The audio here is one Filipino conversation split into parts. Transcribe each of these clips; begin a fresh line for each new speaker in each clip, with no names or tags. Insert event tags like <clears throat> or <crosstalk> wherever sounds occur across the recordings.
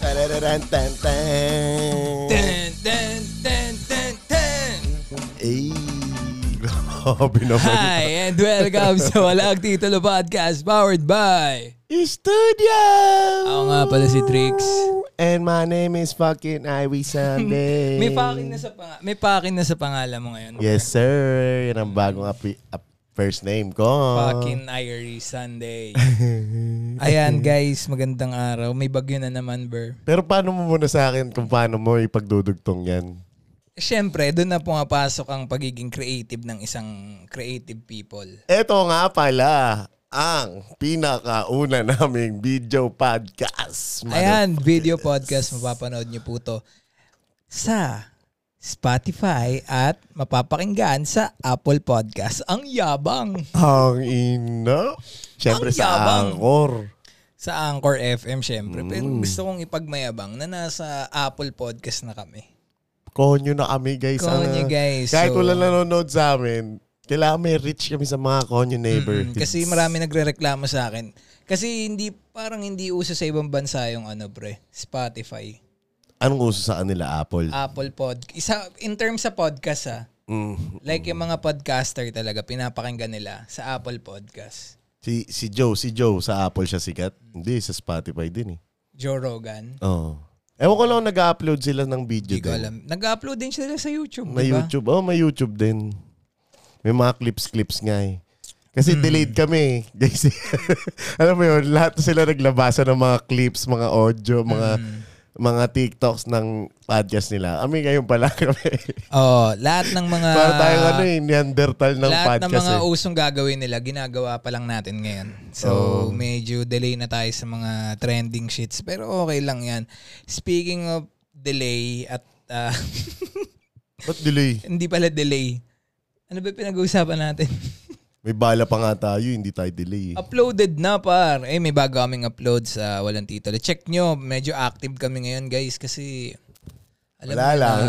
Tarararán, tan, tan.
Ten, ten, ten, ten, ten.
Ay, grabe naman.
Hi and welcome sa Walang Titulo Podcast powered by...
Studio!
Ako nga pala si Trix.
And my name is fucking Ivy Sunday.
<laughs> May pakin na sa pang may pakin na sa pangalan mo ngayon.
Yes, sir. Yan ang bagong api- ap- first name ko.
Fucking Irie Sunday. Ayan guys, magandang araw. May bagyo na naman, Ber.
Pero paano mo muna sa akin kung paano mo ipagdudugtong yan?
Siyempre, doon na pumapasok ang pagiging creative ng isang creative people.
Eto nga pala ang pinakauna naming video podcast.
Ayan, video podcast mapapanood niyo po to sa Spotify at mapapakinggan sa Apple Podcast. Ang yabang
Ang ina. Siyempre
Ang
sa
yabang.
Angkor.
sa Anchor FM syempre. Pero
Mm.
gusto kong ipagmayabang na nasa Apple Podcast na kami.
Konyo na kami guys.
Konyo,
Ah,
guys.
Kahit
So-
wala nanonood sa amin, kailangan may reach kami sa mga konyo neighbor.
Mm, Kasi marami nagrereklamo sa akin. Kasi hindi parang hindi uso sa ibang bansa yung ano pre, Spotify,
Anong uso sa kanila, Apple?
Apple Pod. Isa in terms sa podcast ah.
Mm.
Like yung mga podcaster talaga pinapakinggan nila sa Apple Podcast.
Si si Joe, si Joe sa Apple siya sikat. Hindi sa Spotify din eh.
Joe Rogan.
Oo. Ewan ko lang kung nag-upload sila ng video
Hindi ko
din.
alam. Nag-upload din sila sa YouTube,
May
diba?
YouTube. Oh, may YouTube din. May mga clips-clips nga eh. Kasi
Hmm.
delayed kami. eh, Guys, <laughs> alam mo yun, lahat sila naglabasa ng mga clips, mga audio, mga
Hmm.
mga TikToks ng podcast nila. Kami ngayon pala <laughs> kami.
Oh, lahat
<laughs>
ng mga
Para tayong ano eh, Neanderthal ng
Ah. lahat ng
podcast
mga
eh.
usong gagawin nila, ginagawa pa lang natin ngayon. So, medyo delay na tayo sa mga trending shits. Pero okay lang yan. Speaking of delay at... ah, <laughs>
Ba't delay?
hindi pala delay. Ano ba pinag-uusapan natin? <laughs>
May bala pa nga tayo, hindi tayo delay eh.
Uploaded na par. Eh, may bago kaming upload sa Walang Titulo. Check nyo, medyo active kami ngayon guys kasi... Alam
Wala
mo na,
lang.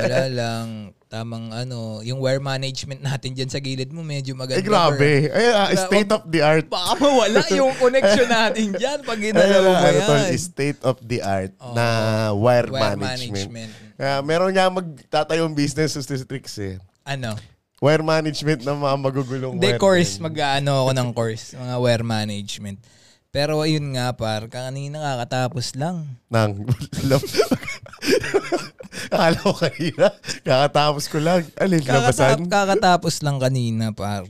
wala <laughs> lang. Tamang ano, yung wear management natin dyan sa gilid mo medyo
Eh
maganda.
grabe. Eh, ah,
Wala,
state of the art.
par. Baka mawala yung connection natin dyan pag ginalaw mo
ano to,
yan.
state of the art na wire,
Wire
management.
management.
Ah, meron nga magtatayong business sa Tricks eh.
Ano?
Wire management ng mga magugulong wire.
Hindi, course. Mag-ano ako ng course. Mga wear management. Pero ayun nga par, kanina kakatapos lang.
Nang, <laughs> Akala ko kanina. Kakatapos ko lang. Alin,
Kakatap-
labasan?
kakatapos lang kanina par,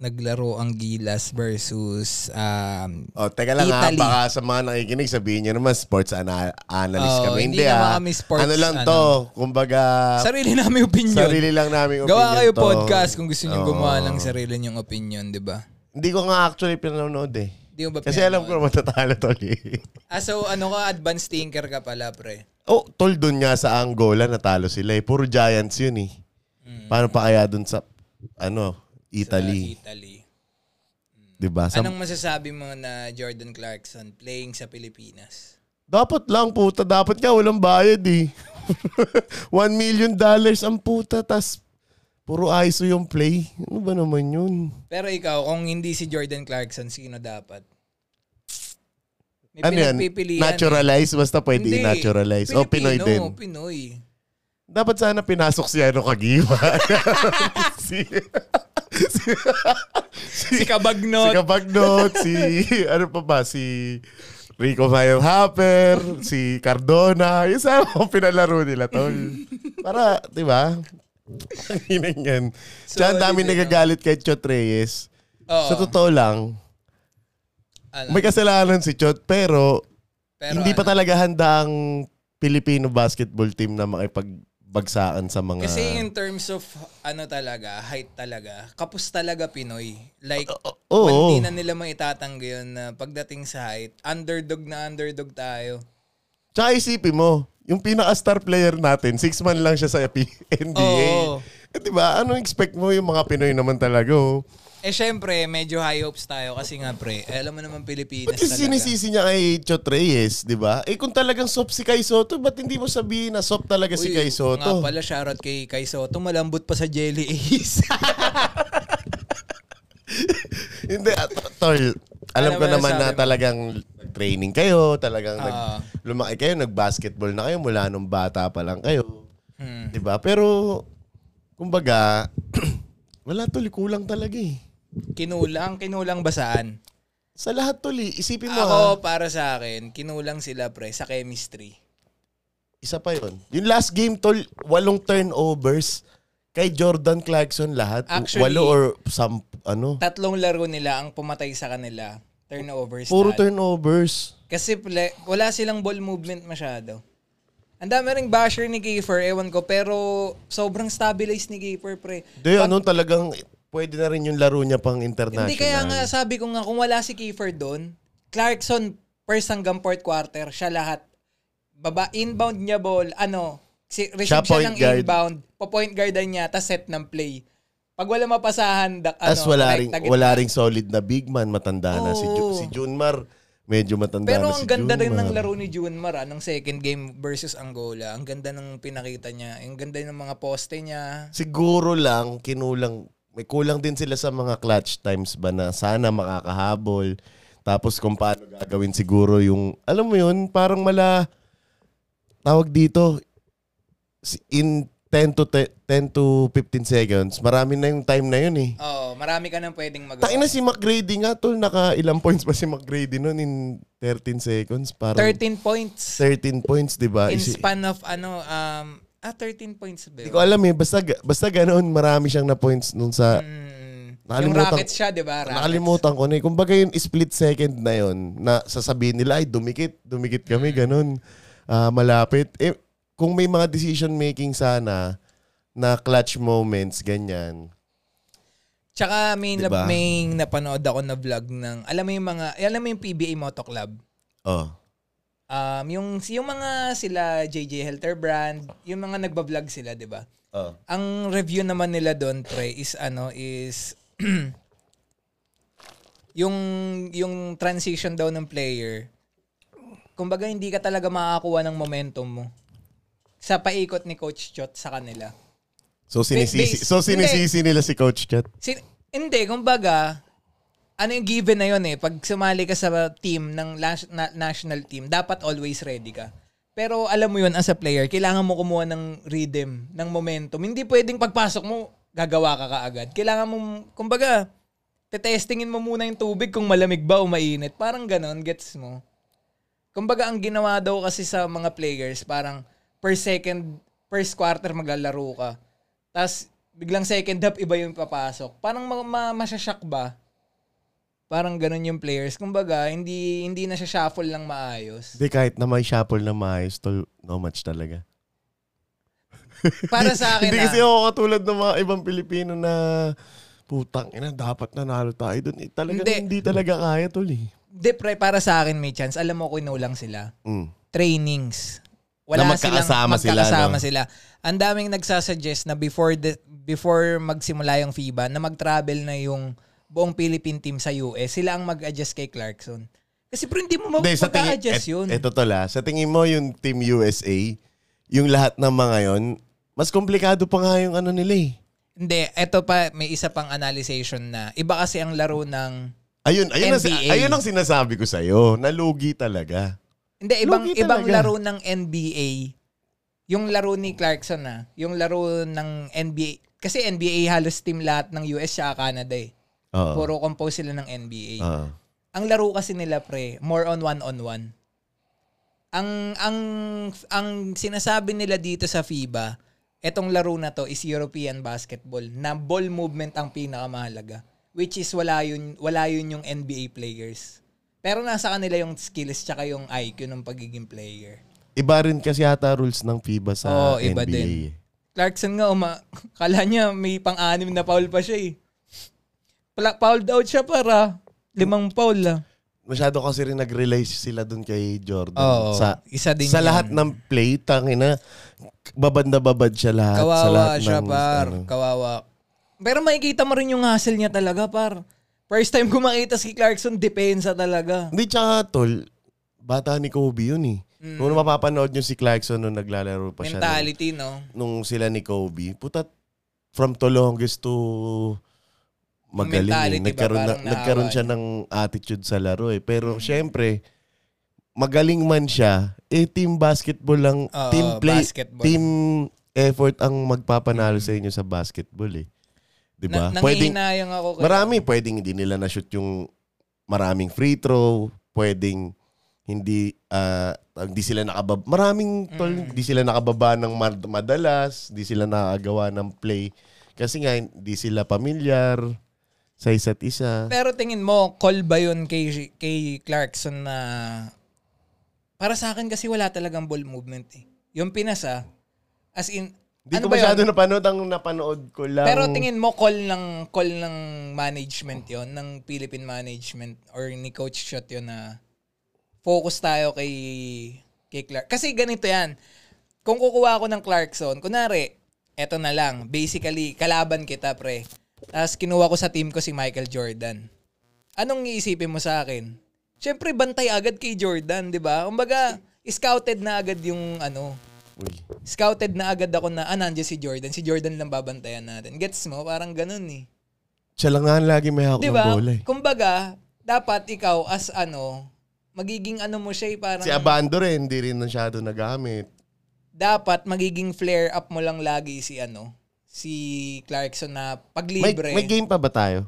naglaro ang Gilas versus um,
O, Oh, teka lang ha,
Italy.
baka sa mga nakikinig, sabihin nyo naman, sports ana- analyst
Oo,
kami.
hindi
ha.
naman kami sports,
Ano lang to, kumbaga,
sarili namin opinion.
sarili lang namin opinion
Gawa kayo
to.
podcast kung gusto niyo
Oo.
gumawa ng sarili niyong opinion, di ba?
Hindi ko nga actually pinanonood eh.
Di mo ba
Kasi alam ko na matatalo tol eh.
Ah, so ano ka, advanced thinker ka pala, pre.
Oh, tol doon nga sa Angola natalo sila eh. Puro Giants yun eh. Paano pa kaya doon sa ano, Italy,
Mm. Sa Italy.
'di ba? Sa-
Anong masasabi mo na Jordan Clarkson playing sa Pilipinas?
Dapat lang puta, dapat nga walang bayad eh. <laughs> One million dollars ang puta tas puro ISO yung play. Ano ba naman yun?
Pero ikaw, kung hindi si Jordan Clarkson, sino dapat? May
Ano yan?
Eh, pinagpipilian. eh.
Naturalize? Basta pwede
Hindi.
i-naturalize. O Oh, Pinoy din.
Pilipino, Pinoy.
Dapat sana pinasok si ano Kagiwa.
<laughs>
si, si,
<laughs> Si
si
Kabagnot.
Kabagnot, si ano pa ba, si Rico Mayer Happer, si Cardona. Yung <laughs> sa mga pinalaro nila, tol. Para, di ba? Ang inang yan. Tsaka ang dami
hindi,
nagagalit kay Chot Reyes.
Oo.
Sa totoo lang,
Ano?
may kasalanan si Chot, pero,
Pero
hindi pa
ano,
talaga handa ang Filipino basketball team na makipagbagsakan sa mga...
Kasi in terms of ano talaga, height talaga, kapos talaga Pinoy. Like,
oo.
hindi na nila maitatanggi yun na pagdating sa height, underdog na underdog tayo.
Tsaka isipin mo, yung pinaka-star player natin, six man lang siya sa E, <laughs> P- NBA.
Oo.
Eh, di ba? Anong expect mo yung mga Pinoy naman talaga? Oh?
Eh syempre, medyo high hopes tayo kasi nga pre, eh, alam mo naman Pilipinas
Ba't kasi
talaga.
sinisisi niya kay Chot Reyes, di ba? Eh kung talagang soft si Kai Soto, ba't hindi mo sabihin na soft talaga si
Uy,
Kai Soto?
Nga
<laughs>
pala, shoutout kay Kai Soto. Malambot pa sa Jelly Ace.
hindi, at- tol. Alam
Alam
ko
mo na
naman na
sabi Ano mo.
talagang nag-training kayo, talagang nag,
Ah.
lumaki kayo, nag-basketball na kayo mula nung bata pa lang kayo.
Hmm.
'Di ba? Pero kumbaga <clears throat> wala tuloy kulang talaga eh.
Kinulang, kinulang basaan.
Sa lahat tuloy, isipin mo ah,
Ako, para sa akin, kinulang sila pre sa chemistry.
isa pa 'yon. Yung last game tol, walong turnovers kay Jordan Clarkson lahat.
Actually-
walo or some ano.
Tatlong laro nila ang pumatay sa kanila. Turnovers.
Puro
lahat.
turnovers.
Kasi ple- wala silang ball movement masyado. Ang dami ring basher ni Kiefer, ewan ko, pero sobrang stabilize ni Kiefer, pre.
Di, ano talagang pwede na rin yung laro niya pang international.
Hindi kaya nga, sabi ko nga, kung wala si Kiefer doon, Clarkson, first hanggang fourth quarter, siya lahat. Baba, inbound niya ball, ano, si,
Siya
receive siya,
point
ng
guard.
inbound, pa-point guardan niya, tas set ng play. Pag wala mapasahan, dak, ano,
As wala
correct
ring,
na gitna.
wala ring solid na big man, matanda na si, Ju-
Oo.
si Junmar. Medyo matanda
Pero
na
ang
si
ganda rin
Junmar.
ng laro ni Junmar, ah, ng second game versus Angola. Ang ganda ng pinakita niya. Ang ganda ng mga poste niya.
Siguro lang, kinulang, may kulang din sila sa mga clutch times ba na sana makakahabol. Tapos kung paano gagawin siguro yung, alam mo yun, parang mala, tawag dito, si- in 10 to, te- 10 to 15 seconds, marami na yung time na yun eh.
Oo, Oh, marami ka nang pwedeng magawa.
Takin na si McGrady nga, tol. Naka ilang points ba si McGrady noon in 13 seconds? Parang
13 points
13 points, di ba? ah,
in
Isi-
span of ano, um, ah, 13 points ba
Hindi
yun?
ko alam eh. Basta, ga- basta ganoon, marami siyang na points nung sa...
Mm, yung
Nakalimutan-
rockets siya, di ba? Rockets.
Nakalimutan ko na eh. Kumbaga yung split second na yon na sasabihin nila, ay, dumikit, dumikit kami, ganun. Ah, malapit. Eh, kung may mga decision making sana na clutch moments, ganyan.
Tsaka may,
Diba?
na, may napanood ako na vlog ng, alam mo yung mga, alam mo yung PBA Moto Club?
Oh.
Um, yung, yung mga sila, JJ Helterbrand, yung mga nagbablog sila, di ba?
Oh.
Ang review naman nila doon, Trey, is ano, is <clears throat> yung yung transition daw ng player. Kumbaga hindi ka talaga makakakuha ng momentum mo sa paikot ni Coach Chot sa kanila.
So sinisisi,
Base-
so sinisisi nila si Coach Chat.
Sin- hindi, kumbaga, ano yung given na yun eh, pag sumali ka sa team ng las- na- national team, dapat always ready ka. Pero alam mo yun, as a player, kailangan mo kumuha ng rhythm, ng momentum. Hindi pwedeng pagpasok mo, gagawa ka kaagad. Kailangan mo, kumbaga, tetestingin mo muna yung tubig kung malamig ba o mainit. Parang ganon, gets mo? Kumbaga, ang ginawa daw kasi sa mga players, parang per second, first quarter maglalaro ka. Tapos, biglang second half, iba yung papasok. Parang ma- ma- masyashock ba? Parang ganun yung players. Kumbaga, hindi hindi na siya shuffle lang maayos.
Hindi, kahit na may shuffle na maayos, tol, no match talaga.
Para
<laughs>
sa akin,
Hindi kasi
ah,
ako katulad ng mga ibang Pilipino na putang ina, dapat nanalo tayo doon. Eh, talaga, hindi.
Hindi.
talaga kaya, tol, eh.
di, pre, para sa akin may chance. Alam mo, kinulang sila.
Mm.
trainings.
Na
Wala
magkakasama
silang, magkakasama
sila, no?
sila. Ang daming nagsasuggest na before the, before magsimula yung FIBA na mag-travel na yung buong Philippine team sa US, sila ang mag-adjust kay Clarkson. Kasi pero hindi mo mag-
Hindi, sa tingin,
adjust
et-
yun.
Eto tol, ah. Sa tingin mo yung Team USA, yung lahat ng mga yon, mas komplikado pa nga yung ano nila eh.
hindi, eto pa, may isa pang analyzation na iba kasi ang laro ng
Ayun, ayun, ang, si-
NBA.
ayun ang sinasabi ko sa'yo. Nalugi talaga.
Hindi, ibang,
Lugi
ibang
talaga.
laro ng NBA. Yung laro ni Clarkson na, yung laro ng NBA. Kasi NBA halos team lahat ng US siya Canada eh.
Oo.
Puro compose sila ng NBA.
Oo.
ang laro kasi nila pre, more on one on one. Ang ang ang sinasabi nila dito sa FIBA, etong laro na to is European basketball na ball movement ang pinakamahalaga which is wala yun wala yun yung NBA players. Pero nasa kanila yung skills tsaka yung IQ ng pagiging player.
Iba rin kasi yata rules ng FIBA sa
Oo,
NBA.
iba din.
eh.
Clarkson nga, uma, <laughs> kala niya may pang-anim na foul pa siya eh. Pala, fouled out siya para limang foul ah.
Masyado kasi rin nag-rely sila doon kay Jordan.
Oo,
sa
isa din
Sa
yun.
lahat ng play, tangina, babanda-babad siya lahat. sa lahat
Kawawa siya,
ng,
par.
ano.
Kawawa. Pero makikita mo rin yung hustle niya talaga, par. First time ko makita si Clarkson, depensa talaga.
Hindi, tsaka tol, bata ni Kobe yun eh. Kung mapapanood nyo si Clarkson nung naglalaro pa siya. nung-
Hmm. Mentality, no?
nung sila ni Kobe, puta from Tolongis to magaling. Eh.
Mentality ba?
Nagkaroon, na,
Parang
nagkaroon
naawa Mm.
siya ng attitude sa laro eh. Pero syempre, magaling man siya, eh team basketball lang,
Oo,
team play,
basketball. Mm.
team effort ang magpapanalo sa inyo sa basketball eh. 'Di ba?
Na,
Pwedeng
nangihinayang ako. kay-
marami pwedeng hindi nila na shoot yung maraming free throw, pwedeng hindi ah, hindi sila nakabab maraming tol,
Mm.
hindi sila nakababa ng mad- madalas, hindi sila nakagawa ng play kasi nga hindi sila pamilyar sa isa't isa.
Pero tingin mo, call ba yun kay, kay Clarkson na... Para sa akin kasi wala talagang ball movement eh. Yung pinasa, as in...
Hindi
ano
ko
ba yun?
masyado napanood ang napanood ko lang.
Pero tingin mo, call ng, call ng management yon ng Philippine management or ni Coach Shot yon na focus tayo kay, kay Clark. Kasi ganito yan. Kung kukuha ako ng Clarkson, kunwari, eto na lang. Basically, kalaban kita, pre. Tapos kinuha ko sa team ko si Michael Jordan. Anong iisipin mo sa akin? Siyempre, bantay agad kay Jordan, di ba? Kumbaga, scouted na agad yung ano,
Uy.
scouted na agad ako na, ah, nandiyan si Jordan. Si Jordan lang babantayan natin. Gets mo? Parang ganun eh.
Siya lang nga ang lagi may hawak
Di
ng
ba?
bola eh.
Kumbaga, dapat ikaw as ano, magiging ano mo siya eh, parang
Si Abando rin, hindi rin masyado nagamit.
dapat magiging flare up mo lang lagi si ano, si Clarkson na
May,
paglibre.
may game pa ba tayo?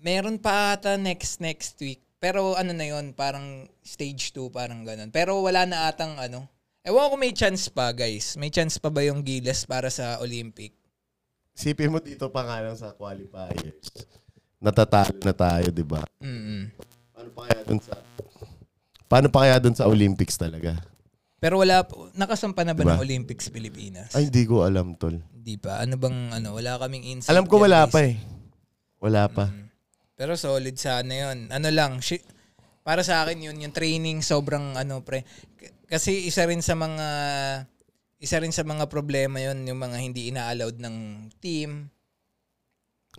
Meron pa ata next next week. Pero ano na yon parang stage 2, parang ganun. Pero wala na atang ano. Ewan ko may chance pa, guys. May chance pa ba yung Gilas para sa Olympic?
Sipin mo dito pa nga lang sa qualifiers. Natatalo na tayo, di ba?
Mm-mm.
Paano pa kaya dun sa... Paano pa kaya dun sa Olympics talaga?
Pero wala po. Nakasampa na ba
Diba?
ng Olympics Pilipinas?
Ay, hindi ko alam, tol.
Hindi pa. Ano bang ano? Wala kaming insight.
Alam ko
yan,
wala
guys.
pa eh. Wala pa.
Pero solid sana yun. Ano lang, shi- para sa akin yun, yung training sobrang ano pre. K- Kasi isa rin sa mga isa rin sa mga problema yun, yung mga hindi ina-allowed ng team.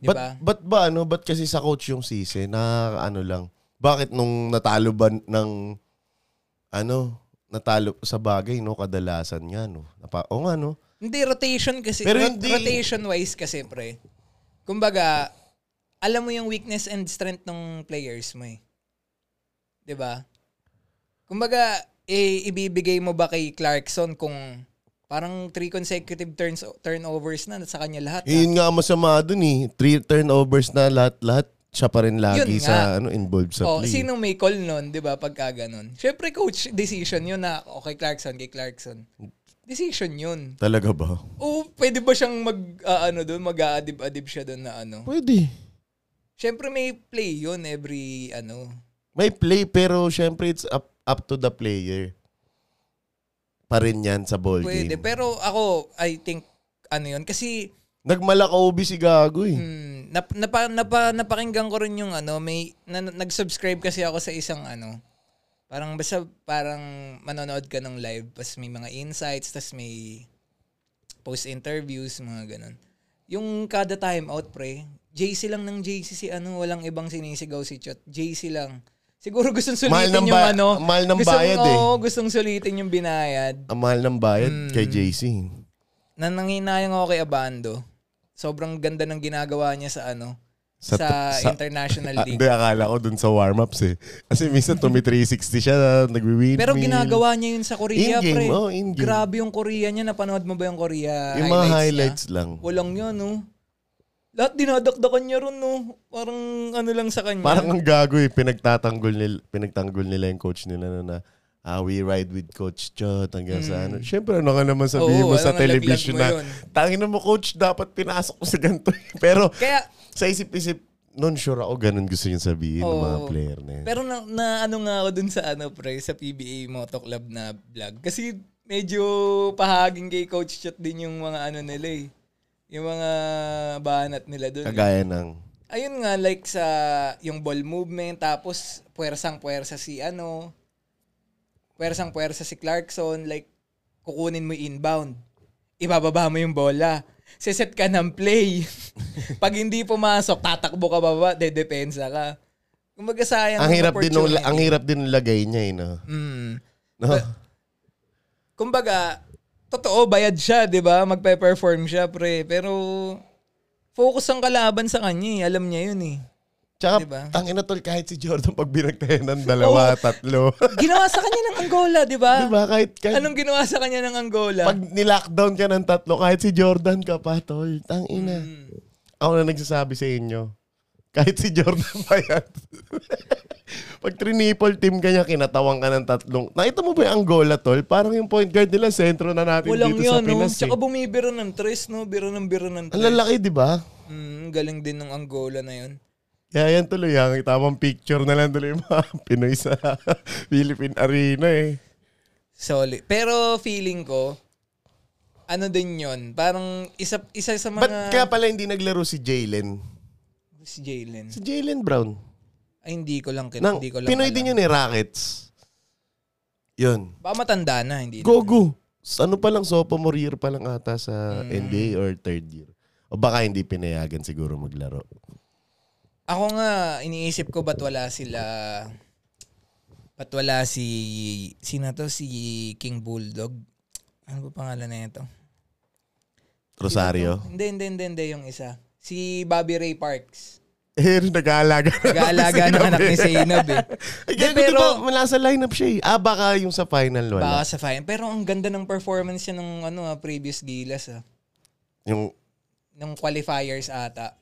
Di
But,
ba?
but ba ano? Ba't kasi sa coach yung sisi na ano lang? Bakit nung natalo ba ng ano? Natalo sa bagay, no? Kadalasan nga, no? Napa, o nga, no?
Hindi, rotation kasi.
Pero
Ro-
hindi-
Rotation-wise kasi, pre. Kumbaga, alam mo yung weakness and strength ng players mo eh. 'Di ba? Kumbaga, eh, ibibigay mo ba kay Clarkson kung parang three consecutive turns turnovers na sa kanya lahat? ah?
Yun nga ang masama dun eh. Three turnovers na lahat-lahat. Siya pa rin lagi
Yun
sa ano involved sa
oh,
play.
sinong may call nun, 'di ba, pagka ganun? Syempre coach decision 'yun na okay Clarkson, kay Clarkson. Decision 'yun.
Talaga ba?
O pwede ba siyang mag ah, ano doon, mag-aadib-adib siya doon na ano?
Pwede.
Siyempre may play yun every ano.
May play pero syempre it's up, up to the player. Pa rin yan sa ball
Pwede.
game.
Pero ako, I think, ano yun. Kasi,
Nagmalakobi si Gago eh.
mm, nap, napa, napa, napakinggan ko rin yung ano, may, na, nag-subscribe kasi ako sa isang ano, parang basta parang manonood ka ng live, tas may mga insights, tas may post-interviews, mga ganun. Yung kada time out, pre, JC lang ng JC si ano, walang ibang sinisigaw si Chot. JC lang. Siguro gustong
Mahal
sulitin
ng
yung
ba-
ano.
mahal ng
gustong,
bayad eh.
oo, gustong sulitin yung binayad.
Ang mahal ng bayad
Hmm.
kay JC.
na nanginayang ako kay Abando. Sobrang ganda ng ginagawa niya sa ano sa,
Sa- sa-
international
<laughs> Ah,
league.
Hindi, akala ko dun sa warm-ups eh. Kasi minsan tumi 360 siya, nagwi-windmill.
Pero ginagawa niya yun sa Korea,
In-game,
pre.
oh, in-game.
Grabe yung Korea niya. Napanood mo ba yung Korea
Yung mga
niya?
highlights lang.
Walang yun, no? Lahat dinadakdakan niya ron, no? Parang ano lang sa kanya.
Parang ang gago eh. Pinagtatanggol nila, pinagtanggol nila yung coach nila na, na ah, we ride with Coach Chot hanggang sa ano. Siyempre, ano nga naman sabihin
Hmm. Oo,
mo
ano
sa
nga laglag
television
mo
na,
yun?
tangin mo coach, dapat pinasok ko sa ganito. <laughs> eh." Pero
Kaya,
sa isip-isip, non sure ako ganun gusto niyang sabihin ng mga
Oo.
player na yun.
pero na, na ano nga ako dun sa ano, pre, sa PBA Moto Club na vlog. Kasi medyo pahaging kay Coach Chat din yung mga ano nila eh. Yung mga banat nila dun.
Kagaya ng,
ayun nga like sa yung ball movement tapos puwersang puwersa si ano puwersang puwersa si Clarkson like kukunin mo yung inbound ibababa mo yung bola siset ka ng play <laughs> pag hindi pumasok tatakbo ka baba dedepensa ka kumbaga sayang
ang
yung
hirap din nung,
opportunity.
ang hirap din nung lagay niya eh, no?
Mm.
no?
kumbaga totoo bayad siya 'di ba magpe-perform siya pre pero focus ang kalaban sa kanya eh. alam niya yun eh
Tsaka,
Diba?
tangin na tol, kahit si Jordan pag binagtayan ng dalawa,
<laughs>
tatlo.
Ginawa sa kanya ng Angola, di ba?
diba? Kahit, kahit
Anong ginawa sa kanya ng Angola?
pag nilockdown ka ng tatlo, kahit si Jordan ka pa, tol, tangina.
Mm.
Ako na nagsasabi sa inyo. Kahit si Jordan pa yan. <laughs> Pag trinipol team ka niya, kinatawang ka ng tatlong. Nakita mo ba yung Angola, tol? Parang yung point guard nila, sentro na natin
Walang
dito sa
yun, no?
Pinas.
Tsaka
eh.
bumibiro ng tres, no? Biro ng biro ng
Ang
tres.
lalaki, di ba?
Mm, galing din ng Angola na yun.
Kaya yan tuloy ah. ang tamang picture na lang tuloy <laughs> yung mga Pinoy sa Philippine Arena eh.
Solid. Pero feeling ko, ano din yun? Parang isa, isa sa
Ba't
mga...
kaya pala hindi naglaro si Jalen?
si Jalen.
Si Jalen Brown.
Ay, hindi ko lang, kin-
Nang,
hindi ko lang
Pinoy
alam.
din yun eh, Rockets. Yun.
Baka matanda na, hindi na.
Gogo. Sa Ano pa lang, sophomore year pa lang ata sa
Hmm.
NBA or third year. O baka hindi pinayagan siguro maglaro.
Ako nga, iniisip ko ba't wala sila... Ba't wala si... Sino to? Si King Bulldog? Ano ba pangalan na ito?
Rosario.
Hindi, hindi, hindi, hindi yung isa. Si Bobby Ray Parks.
Eh, nag-aalaga.
Nag-aalaga ng anak ni Zainab eh.
Ay,
Hindi,
pero,
pero
diba, wala sa lineup siya eh. Ah, baka yung sa final
baka
<laughs> wala.
sa fine. Pero ang ganda ng performance niya nung ano, ah, previous Gilas. Ah.
Yung,
Nung qualifiers ata.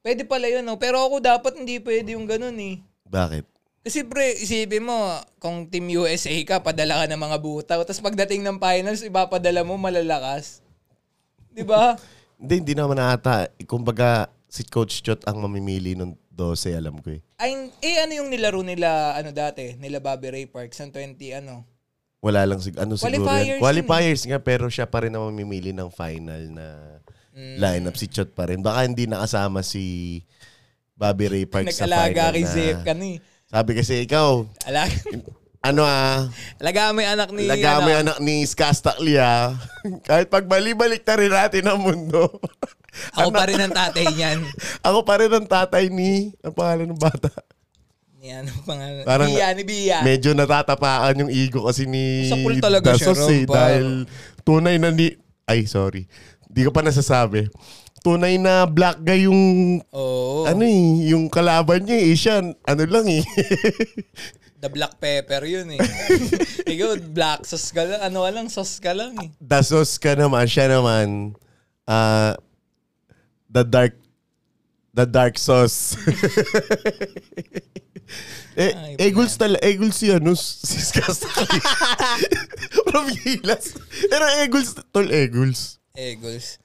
Pwede pala yun, no? Pero ako dapat hindi pwede yung ganun eh.
bakit?
Kasi pre, isipin mo, kung Team USA ka, padala ka ng mga butaw. Tapos pagdating ng finals, ipapadala mo malalakas. Di ba?
Hindi, hindi naman ata. Kumbaga, si Coach Chot ang mamimili ng 12, alam ko eh.
Ay, eh, ano yung nilaro nila, ano dati, nila Bobby Ray Parks, ang 20, ano?
Wala lang sig- ano siguro
Qualifiers
yan.
yun eh.
Qualifiers nga, pero siya pa rin ang mamimili ng final na
Mm.
lineup. Si Chot pa rin. Baka hindi nakasama si Bobby Ray Parks sa final
Nag-alaga kay ano, eh.
na-
Zip kani.
Sabi kasi ikaw,
Alaga,
ano ah,
<laughs> alaga mo yung anak ni...
laga mo
ano,
yung anak ni Skastakli ah. <laughs> Kahit pagbali-balik na rin natin ang mundo.
Ako pa rin ang tatay niyan.
<laughs> Ako pa rin ang tatay ni, ang pangalan ng bata.
Ni ano pangalan?
Parang-
Biya, ni Biya.
Medyo natatapaan yung ego kasi ni
Sa pool talaga siya,
Dasos, eh,
Rob.
dahil tunay na ni... Ay, sorry. Di ko pa nasasabi. Tunay na black guy yung...
Oo.
Ano eh, yung kalaban niya eh, siya, ano lang eh. <laughs>
The black pepper yun eh. Ikaw, black sauce ka lang. Ano ka lang, sauce ka lang eh.
Dasos ka naman, siya naman, ah, the dark, the dark sauce. <laughs> eh,
Ay,
Eagles tala, Eagles si ano, si
<laughs>
Skastakli. From Gilas. Pero Eagles, tol Eagles.
Eagles.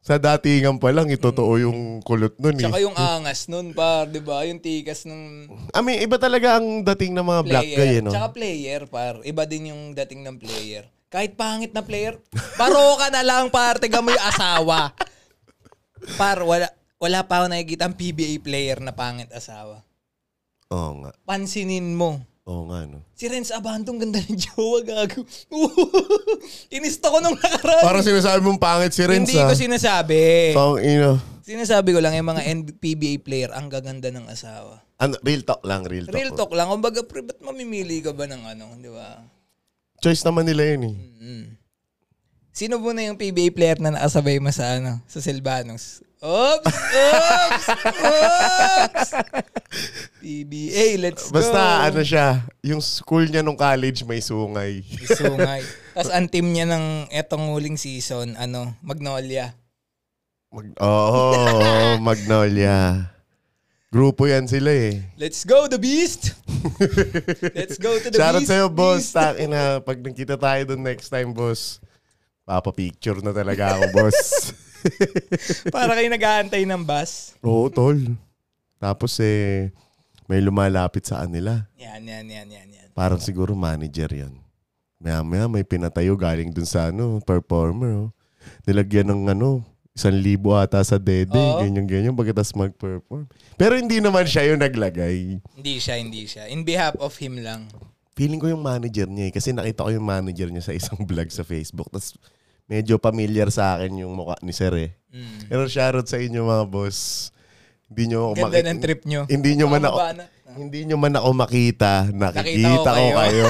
Sa datingan pa lang, itotoo yung kulot nun eh.
Mm. Tsaka yung angas nun par, di ba? Yung tikas ng
I mean, Ah, iba talaga ang dating ng mga black guy, eh,
player.
no?
Tsaka player par. Iba din yung dating ng player. Kahit pangit na player, baro ka na lang par. Tiga mo yung asawa. Par, wala, wala pa ako nakikita ang PBA player na pangit asawa.
Oo nga.
Pansinin mo.
Oo nga, no?
Si Renz Abandong, ganda ng jowa, gago. <laughs> Inista ko nung nakaraan.
Parang sinasabi mong pangit si Renz, ah.
Hindi ko sinasabi.
Tong, you know,
Sinasabi ko lang yung mga NPBA player ang gaganda ng asawa.
ano, real talk lang, real talk.
Real talk lang. Kumbaga, pre, ba't mamimili ka ba ng ano, di ba?
Choice naman nila yun eh.
Mm. Sino muna yung PBA player na nakasabay mo sa ano, sa Silvanos? Oops! Oops! Oops!
<laughs>
PBA, let's go!
Basta ano siya, yung school niya nung college may sungay. <laughs>
Sungay. Tapos ang team niya ng etong huling season, ano, Magnolia.
Mag-
<laughs>
Oo, oh, Magnolia. Grupo yan sila eh.
Let's go, the
<laughs>
beast! Let's go to the
Shoutout
beast!
sa'yo, boss.
beast.
Takin na, pag nakita tayo doon next time, boss. Papapicture na talaga ako, boss.
<laughs> Para kayo nag-aantay ng bus.
Oo, tol. Tapos eh, may lumalapit sa kanila.
Yan, yan, yan, yan, yan.
Parang siguro manager yan. Maya-maya may pinatayo galing dun sa ano, performer. Oh. Nilagyan ng ano, isang libo ata sa dede,
Oo.
ganyan-ganyan, pagkatapos mag-perform. Pero hindi naman siya yung naglagay.
Hindi siya, hindi siya. In behalf of him lang.
Feeling ko yung manager niya eh, kasi nakita ko yung manager niya sa isang <laughs> vlog sa Facebook. Tapos medyo familiar sa akin yung mukha ni Sir eh.
Mm.
Pero shoutout sa inyo mga boss. Hindi nyo ako
Ganda
Oh, maki-
ng trip nyo.
Hindi nyo man
Tama
ako...
ba na?
Hindi nyo man ako makita, nakikita
Nakita ko
ko kayo.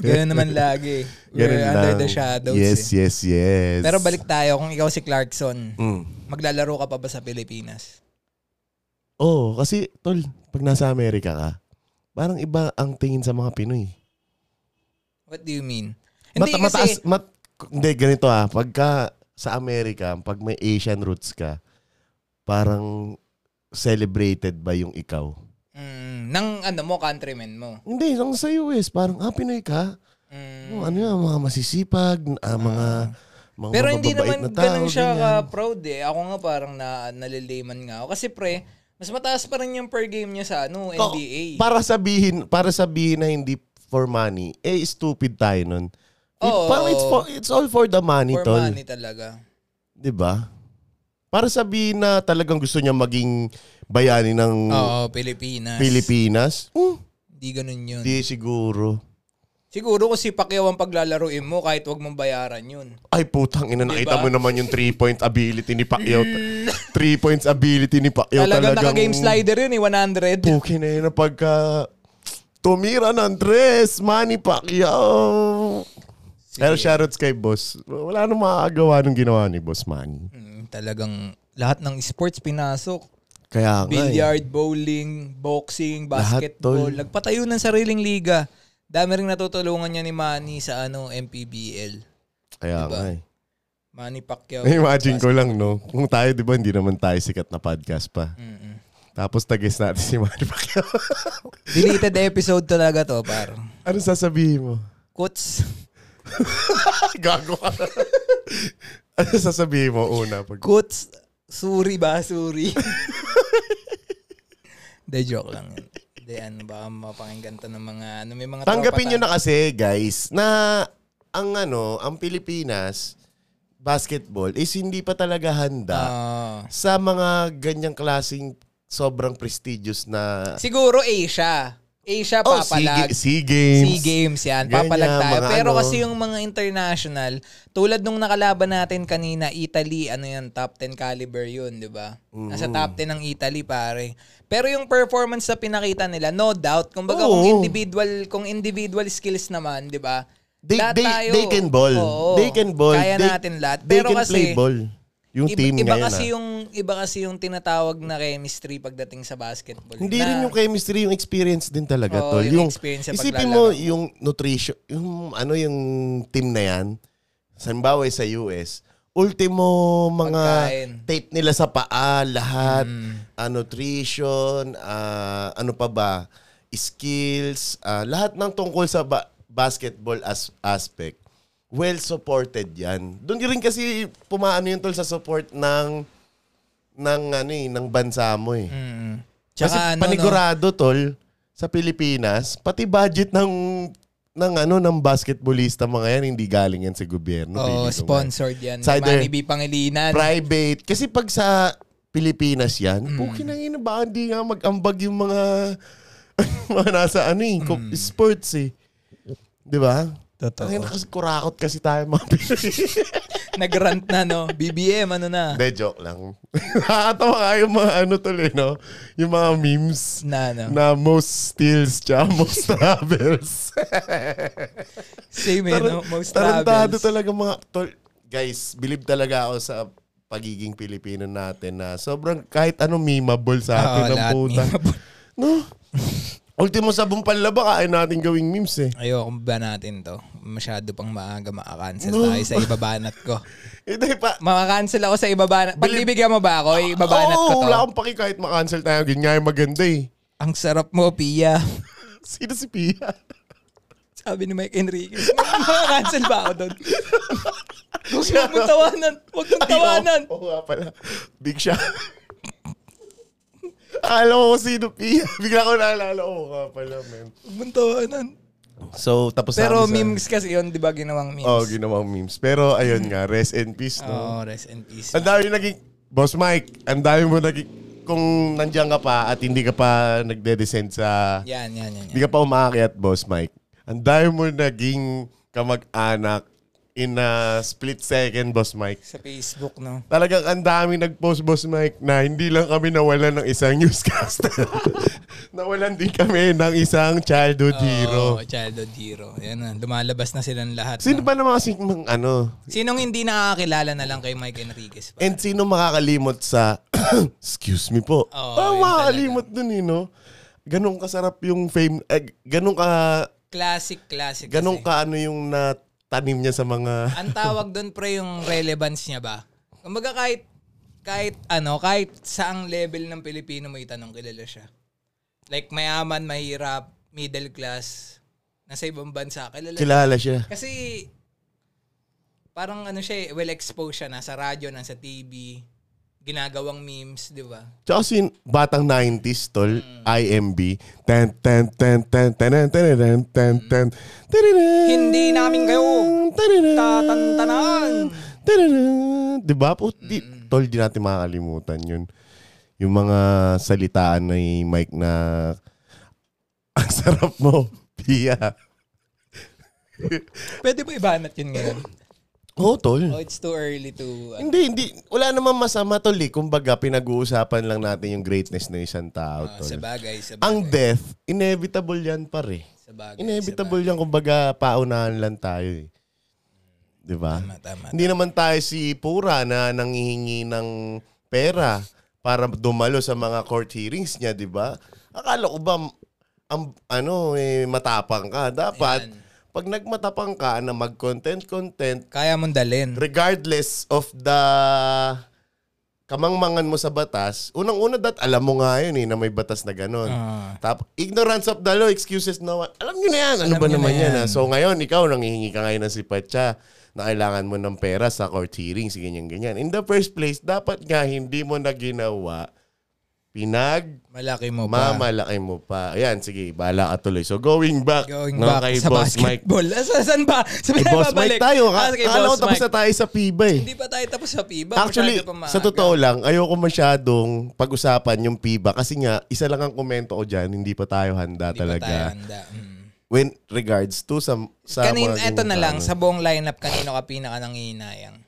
Ganun naman lagi. <laughs> We're
Ganun
under
lang.
the shadows.
Yes,
eh.
yes, yes.
Pero balik tayo, kung ikaw si Clarkson,
Mm.
maglalaro ka pa ba sa Pilipinas?
Oo, Oh, kasi tol, pag nasa Amerika ka, parang iba ang tingin sa mga Pinoy.
What do you mean?
Mata- mataas, mat- hindi, ganito ah. Pagka sa Amerika, pag may Asian roots ka, parang celebrated ba yung ikaw?
Mm, ng ano mo, countrymen mo.
Hindi, lang sa US, parang ah, Pinoy ka.
Mm.
Oh, ano yan, mga masisipag, ah, mga, mga
Pero hindi
Oh, mababait na
naman
tao,
ganun siya
ganyan.
ka-proud eh. Ako nga parang na, nalilayman nga ako. Kasi pre, mas mataas pa rin yung per game niya sa ano,
Ko-
NBA.
Para sabihin, para sabihin na hindi for money, eh stupid tayo nun. It-
Oo.
parang it's, for- it's all for the money,
for
tol.
money talaga.
'Di ba? Para sabihin na talagang gusto niya maging bayani ng
Oo, Pilipinas.
Pilipinas. Hmm,
Hindi ganun yun.
Hindi siguro.
Siguro kung si Pacquiao ang paglalaruin mo, kahit wag mong bayaran yun.
Ay putang ina, nakita
Diba?
mo naman yung 3 point ability ni Pacquiao. 3 points ability ni Pacquiao
Mm. Talagang,
oh, talagang. Mm.
naka-game slider yun eh, 100.
Pukin na yun na pagka tumira ng tres, Manny Pacquiao. Pero shoutouts kay boss. Wala nang makakagawa nung ginawa ni boss Manny.
Mm, talagang lahat ng sports pinasok.
Kaya nga eh.
Billiard, bowling, boxing,
Lahat,
basketball.
tol.
Nagpatayo ng sariling liga. Dami rin natutulungan niya ni Manny sa ano MPBL.
Kaya
Diba?
nga eh.
Manny Pacquiao.
Na-imagine ko lang, no? Kung tayo, di ba, hindi naman tayo sikat na podcast pa.
Mm-mm.
Tapos tagis natin si Manny Pacquiao. <laughs>
Deleted episode talaga to, par.
ano sasabihin mo?
Kuts. Ah,
Gago ka na. <laughs> ano sasabihin mo una? Pag...
Kuts. Suri ba?
<laughs>
Suri. De joke lang yun. De ano ba, mapakinggan to ng mga, ano, may mga
Tanggapin
tropa
nyo
tayo.
na kasi, guys, na ang ano, ang Pilipinas, basketball, is hindi pa talaga handa
Oo.
sa mga ganyang klaseng sobrang prestigious na...
siguro Asia. Asia
Oh, sea,
papalag.
Ga- sea Games.
SEA Games yan.
Ganyan,
Papalag tayo.
mga
Pero
ano.
kasi yung mga international, tulad nung nakalaban natin kanina, Italy, ano yan, top 10 caliber yun, di ba?
Mm-hmm.
Nasa top 10 ng Italy, pare. Pero yung performance na pinakita nila, no doubt. Kung baga, kung
Oo.
individual, kung individual skills naman, di ba?
They,
Lahat
they,
tayo,
they can ball.
oo,
they can ball.
Kaya
they,
natin lahat.
They
Pero
can
kasi,
play ball. Yung
iba,
team
iba
ngayon,
kasi
ah.
yung iba kasi yung tinatawag na chemistry pagdating sa basketball.
Hindi
na,
rin yung chemistry, yung experience din talaga,
Oo,
tol.
yung
Yung,
experience sa
isipin
paglalaro.
mo yung nutrition, yung ano yung team na yan, Sambawe sa US, ultimo mga
Pagkain. Mm.
tape nila sa paa, lahat, ah, nutrition, ah, ano pa ba, skills, ah, lahat ng tungkol sa ba- basketball as aspect, well supported yan. Doon rin kasi pumaano yun tol sa support ng ng ano eh, ng bansa mo eh.
Mm.
Kasi
Tsaka ano, no?
panigurado tol sa Pilipinas, pati budget ng ng ano ng basketballista mga yan hindi galing yan sa gobyerno.
Oo,
feeling ko nga.
sponsored yan.
Sa
Sa
either-
Manny B. Pangilinan.
Private. Kasi pag sa Pilipinas yan,
Mm.
pukin na ina, baka hindi nga mag-ambag yung mga <laughs> mga nasa ano eh, co-
Mm.
sports eh. Di ba?
Totoo.
Ang ina, kasi kurakot kasi tayo mga Pilipinas.
<laughs>
<laughs>
Nag-rant na, no? BBM, ano na?
Hindi, joke lang. <laughs> Nakakatawa nga yung mga ano tuloy, no? Yung mga memes.
Na, ano? no?
na most steals tsaka
<laughs>
most travels.
Same, eh, no? Most
Tarantado
travels.
talaga mga... Tol, guys, believe talaga ako sa pagiging Pilipino natin na sobrang kahit anong memeable sa atin
Oo,
ng
Ah, lahat
puta.
memeable.
<laughs> No? Ultimo sa pampalaba, kaya natin gawing memes eh. <laughs>
Ayoko ba natin to? Masyado pang maaga maka-cancel
No.
tayo sa ibabanat ko.
Hindi pa...
Maka-cancel ako sa ibabanat. Pagbibigyan mo ba ako? Ibabanat
Oo,
ko to.
Ah, oh, wala akong paki kahit makancel tayo. Yun nga yung maganda eh.
Ang sarap mo, Pia. <laughs>
Sino si Pia?
Sabi ni Mike Enriquez. Maka-cancel ba ako
<laughs>
doon? Huwag mong tawanan. Huwag mong
oh.
tawanan.
Oo nga pala. Big siya. Akala ko kung sino <laughs> Pia. Bigla ko naalala. Oo nga pala, man.
Huwag mong tawanan.
So, tapos
Pero
namin
memes kasi yun, di ba ginawang memes?
sa... Oo, ginawang Oh, memes. Pero ayun nga, rest in peace, no?
Oh, rest in peace.
Ang dami naging... Boss Mike, ang dami mo naging... Kung nandiyan ka pa at hindi ka pa nagde-descend sa...
Yan, yan, yan.
Hindi
yan.
ka pa umaakyat, Boss Mike. Ang dami mo naging kamag-anak in a split second, Boss Mike.
Sa Facebook, no?
Talagang ang dami nag-post, Boss Mike, na hindi lang kami nawalan ng isang <laughs> newscaster. nawalan din kami ng isang childhood hero.
Oo, childhood hero. Yan na, lumalabas na silang lahat.
Sino
no?
ba naman kasi mang ano?
Sinong hindi nakakakilala na lang kay Mike Enriquez? Pa?
And sino makakalimot sa... <clears throat> Excuse me po.
Oo,
Ah,
yun
makakalimot dun eh, no? Ganong kasarap yung fame... Eh, ganong ka...
classic, classic.
Ganong
kasi.
ka ano yung natanim niya sa mga...
Ang tawag doon pre yung relevance niya ba? Kumbaga kahit kahit ano, kahit saang level ng Pilipino mo itanong kilala siya. Like mayaman, mahirap, middle class, nasa ibang bansa, kilala. siya.
Kilala siya.
Kasi parang ano siya, eh, well exposed siya nasa radyo, nasa TV, ginagawang memes, 'di ba?
Tsaka si batang 90s, tol, IMB. Ten, ten, ten, ten, ten, ten, ten, ten, ten, ten, ten,
Hindi namin kayo
Tadadam.
tatantanan. Mm.
Tadadam. Diba po? Di, tol, di natin makakalimutan yun. Yung mga salitaan ni Mike na <laughs> ang sarap mo, Pia.
Pwede ba ibanat yun ngayon?
Oo, tol.
<laughs> Oh, it's too early to... ano.
Hindi, hindi. Wala namang masama, tol. Eh. Kumbaga, pinag-uusapan lang natin yung greatness ng isang tao,
Ah,
tol.
sa bagay, sa bagay.
Ang death, inevitable yan, pare.
sa bagay, sa
Inevitable yan. Kumbaga, paunahan lang tayo eh. Di ba?
bagay. Tama,
Hindi naman tayo si Pura na nangihingi ng pera para dumalo sa mga court hearings niya, di ba? Akala ko ba, ang, ano, eh, matapang ka. Dapat,
Ayan.
pag nagmatapang ka na mag-content-content,
Kaya mong dalhin.
regardless of the kamangmangan mo sa batas, unang-una dat, alam mo nga yun eh, na may batas na ganun.
Ah.
Tap, ignorance of the law, excuses no one. Alam nyo na yan. Ano
Alam
ba
nyo na
naman yan?
yan.
ah? So ngayon, ikaw, nangihingi ka ngayon ng sipatsa na kailangan mo ng pera sa court hearings, ganyan-ganyan. In the first place, dapat nga hindi mo na ginawa, pinag
Malaki mo pa.
mamalaki mo pa. Ayan, sige, bahala ka tuloy. So going back,
Going
no,
back
kay
sa
Boss Mike.
basketball. <laughs> Mike. Asa, saan ba? Sa Ah,
Kay
<laughs>
Boss Mike tayo. Ka- Akala ko tapos na tayo sa PIBA eh.
Hindi pa tayo tapos sa PIBA.
Actually,
Masyado pa maaga.
sa totoo lang, ayoko masyadong pag-usapan yung PIBA kasi nga, isa lang ang komento ko dyan, hindi pa tayo handa
Hindi pa
talaga.
tayo handa. Mm.
When regards to sa, sa
Kanin,
mga
eto na
ganyan
lang,
ano,
sa buong lineup kanino ka pinaka nanginayang?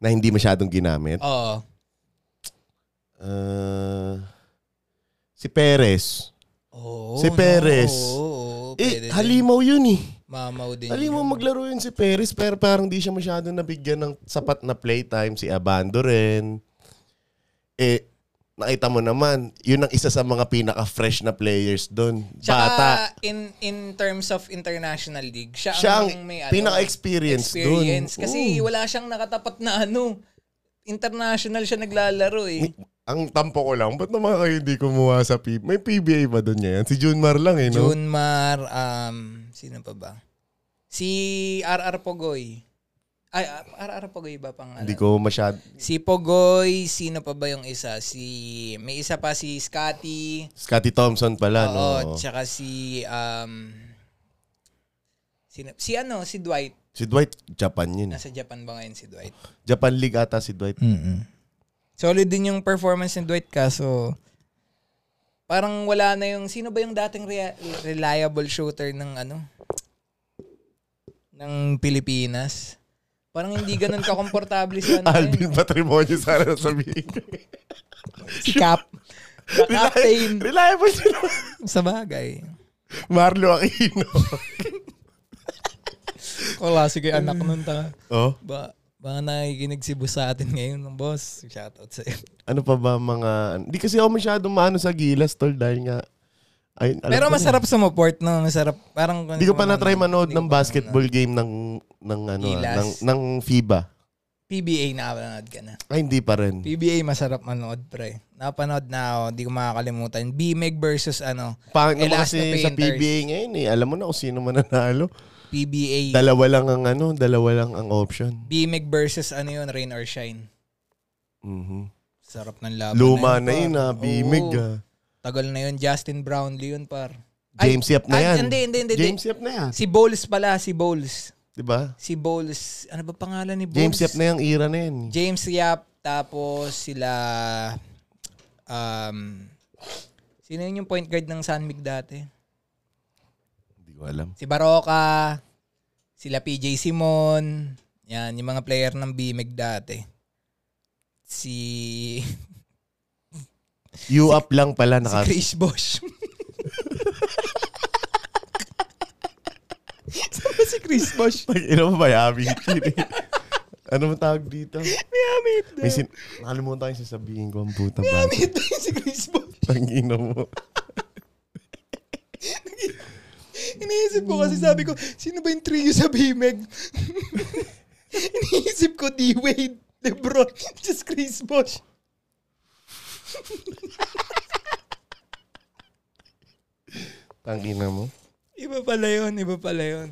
na hindi masyadong ginamit.
Oo.
Uh, si Perez.
Oh,
Si Perez.
Oo, oo,
Eh,
pwede din.
halimaw yun eh.
Mamaw din.
Halimaw
yun.
maglaro yun si Perez pero parang di siya masyadong nabigyan ng sapat na playtime. Si Abando rin. Eh, nakita mo naman, yun ang isa sa mga pinaka-fresh na players doon.
Tsaka,
Bata.
in, in terms of international league, siya,
siya ang
may ano,
pinaka-experience doon.
experience. Kasi
Oo.
wala siyang nakatapat na ano. International siya naglalaro eh.
ang tampo ko lang, ba't naman kayo hindi kumuha sa PBA? May PBA ba doon ngayon? Si Junmar lang eh, no?
Junmar, um, sino pa ba? Si RR Pogoy. Ay, RR Pogoy ba pang
Hindi ko
alam?
masyad...
Si Pogoy, sino pa ba yung isa? Si, may isa pa si Scotty.
Scotty Thompson pala, no?
Oo, tsaka si, um, sino, si ano, si Dwight.
Si Dwight, Japan yun. eh.
Nasa Japan ba ngayon si Dwight?
Japan League ata si
<laughs>
Dwight.
Solid din yung performance ni Dwight kaso parang wala na yung sino ba yung dating rea- reliable shooter ng ano ng Pilipinas. Parang hindi ganun kakomportable si ano eh.
Alvin Patrimonio sana sabihin.
si Cap. The Captain.
<laughs> Reliable sila.
Sa bagay.
Marlo Aquino. <laughs>
Wala, sige anak nun ta.
oh,
Ba, baka nakikinig si boss sa atin ngayon ng boss. Shoutout sa'yo.
ano pa ba mga... Hindi kasi ako masyadong maano sa gilas, tol, dahil nga... Ayun, alam
Pero
ko na.
masarap sa maport, no? Masarap. Parang ano,
Hindi ko pa na-try manood
Hindi ko
ng
pa
basketball game ng ng ano ah,
Gilas.
ng ng FIBA.
PBA na nanood ka na.
Ay hindi pa rin.
PBA masarap manood pre. Napanood na ako, di ko makakalimutan. BMEG versus ano,
Pangit naman
Elastic
kasi sa
Painters.
PBA ngayon eh. Alam mo na kung sino mananalo.
PBA.
Dalawa lang ang ano, dalawa lang ang option.
BMEG versus ano yun, Rain or Shine.
Mhm.
Sarap ng laban.
Luma na yun
par.
ah, bimig
Oo.
ah.
Tagal na yun, Justin Brownlee yun par. Ay,
James Yap na
ay,
yan.
Hindi, hindi, hindi.
James Yap na yan.
Si Bowles pala, si Bowles.
Di ba?
Si Bowles. Ano ba pangalan ni Bowles?
James Yap na yung era na yan.
James Yap, tapos sila, um, sino yun yung point guard ng San Mig dati?
Hindi ko alam.
Si Baroka, Sila PJ Simon, yan, yung mga player ng BMEG dati. Si, <laughs>
You up lang pala.
si
Naka,
Chris Bosch. <laughs> Sama si Chris Bosch.
<laughs> Ino mo Miami Heat. ano mo tawag dito?
Miami Heat
May sin... Nakalimutan ko yung sasabihin ko ang puta ba. <laughs>
Miami Heat si Chris Bosch.
Tangino mo.
Iniisip ko kasi sabi ko, sino ba yung trio sa BMEG? <laughs> Iniisip ko D-Wade, Lebron, <laughs> just Chris Bosh.
Tangina mo.
Iba pala yun, iba pala yun.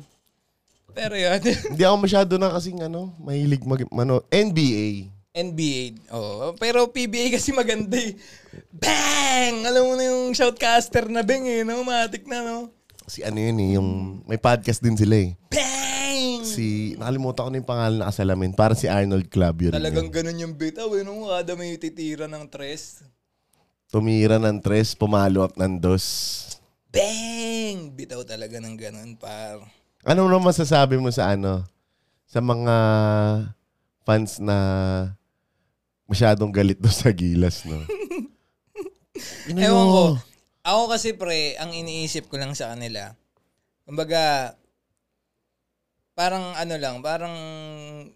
Pero yun, <laughs>
Hindi ako masyado na kasing ano, mahilig mag... Mano, NBA.
NBA. Oo. Pero PBA kasi maganda eh. Bang! Alam mo na yung shoutcaster na bang eh. No? Matik na no.
Si ano yun eh, yung... May podcast din sila eh.
Bang!
Si... Nakalimutan ko na yung pangalan na kasalamin. Parang si Arnold Club yun. eh. Yun.
Talagang ganun yung bit. Ah, wala nung kada may titira ng tres.
Tumira ng tres, pumalo up ng dos.
Bang! Bitaw talaga ng ganun, par.
Ano naman masasabi mo sa ano? Sa mga fans na masyadong galit doon sa gilas,
<laughs>
no? Ina
Ewan
mo.
ko. Ako kasi pre, ang iniisip ko lang sa kanila, kumbaga, parang ano lang, parang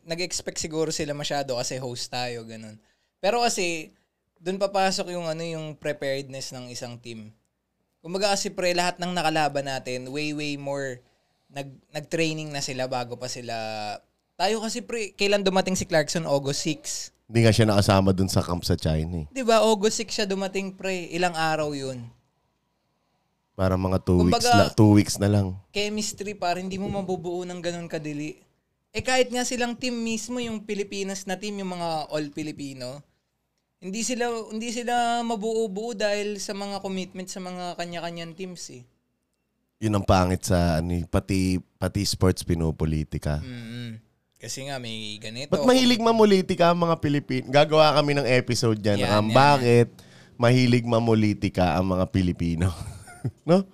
nag-expect siguro sila masyado kasi host tayo, ganun. Pero kasi, doon papasok yung ano yung preparedness ng isang team. Kumbaga kasi pre, lahat ng nakalaban natin, way way more nag nag-training na sila bago pa sila tayo kasi pre, kailan dumating si Clarkson? August 6.
Hindi nga siya nakasama doon sa camp sa China eh.
Di ba? August 6 siya dumating pre. Ilang araw yun.
Parang mga two weeks,
Kumbaga-
na, two weeks na lang.
chemistry para hindi mo mabubuo ng ganun kadili. Eh kahit nga silang team mismo, yung Pilipinas na team, yung mga all-Filipino, hindi sila hindi sila mabuo-buo dahil sa mga commitment sa mga kanya-kanyang teams eh.
Yun ang pangit sa ano, eh, pati, pati sports pinopolitika.
mm Kasi nga may ganito.
Ba't mahilig mamulitika ang mga Pilipin? Gagawa kami ng episode yan.
Yan,
ang
yan.
bakit mahilig mamulitika ang mga Pilipino. <laughs> no?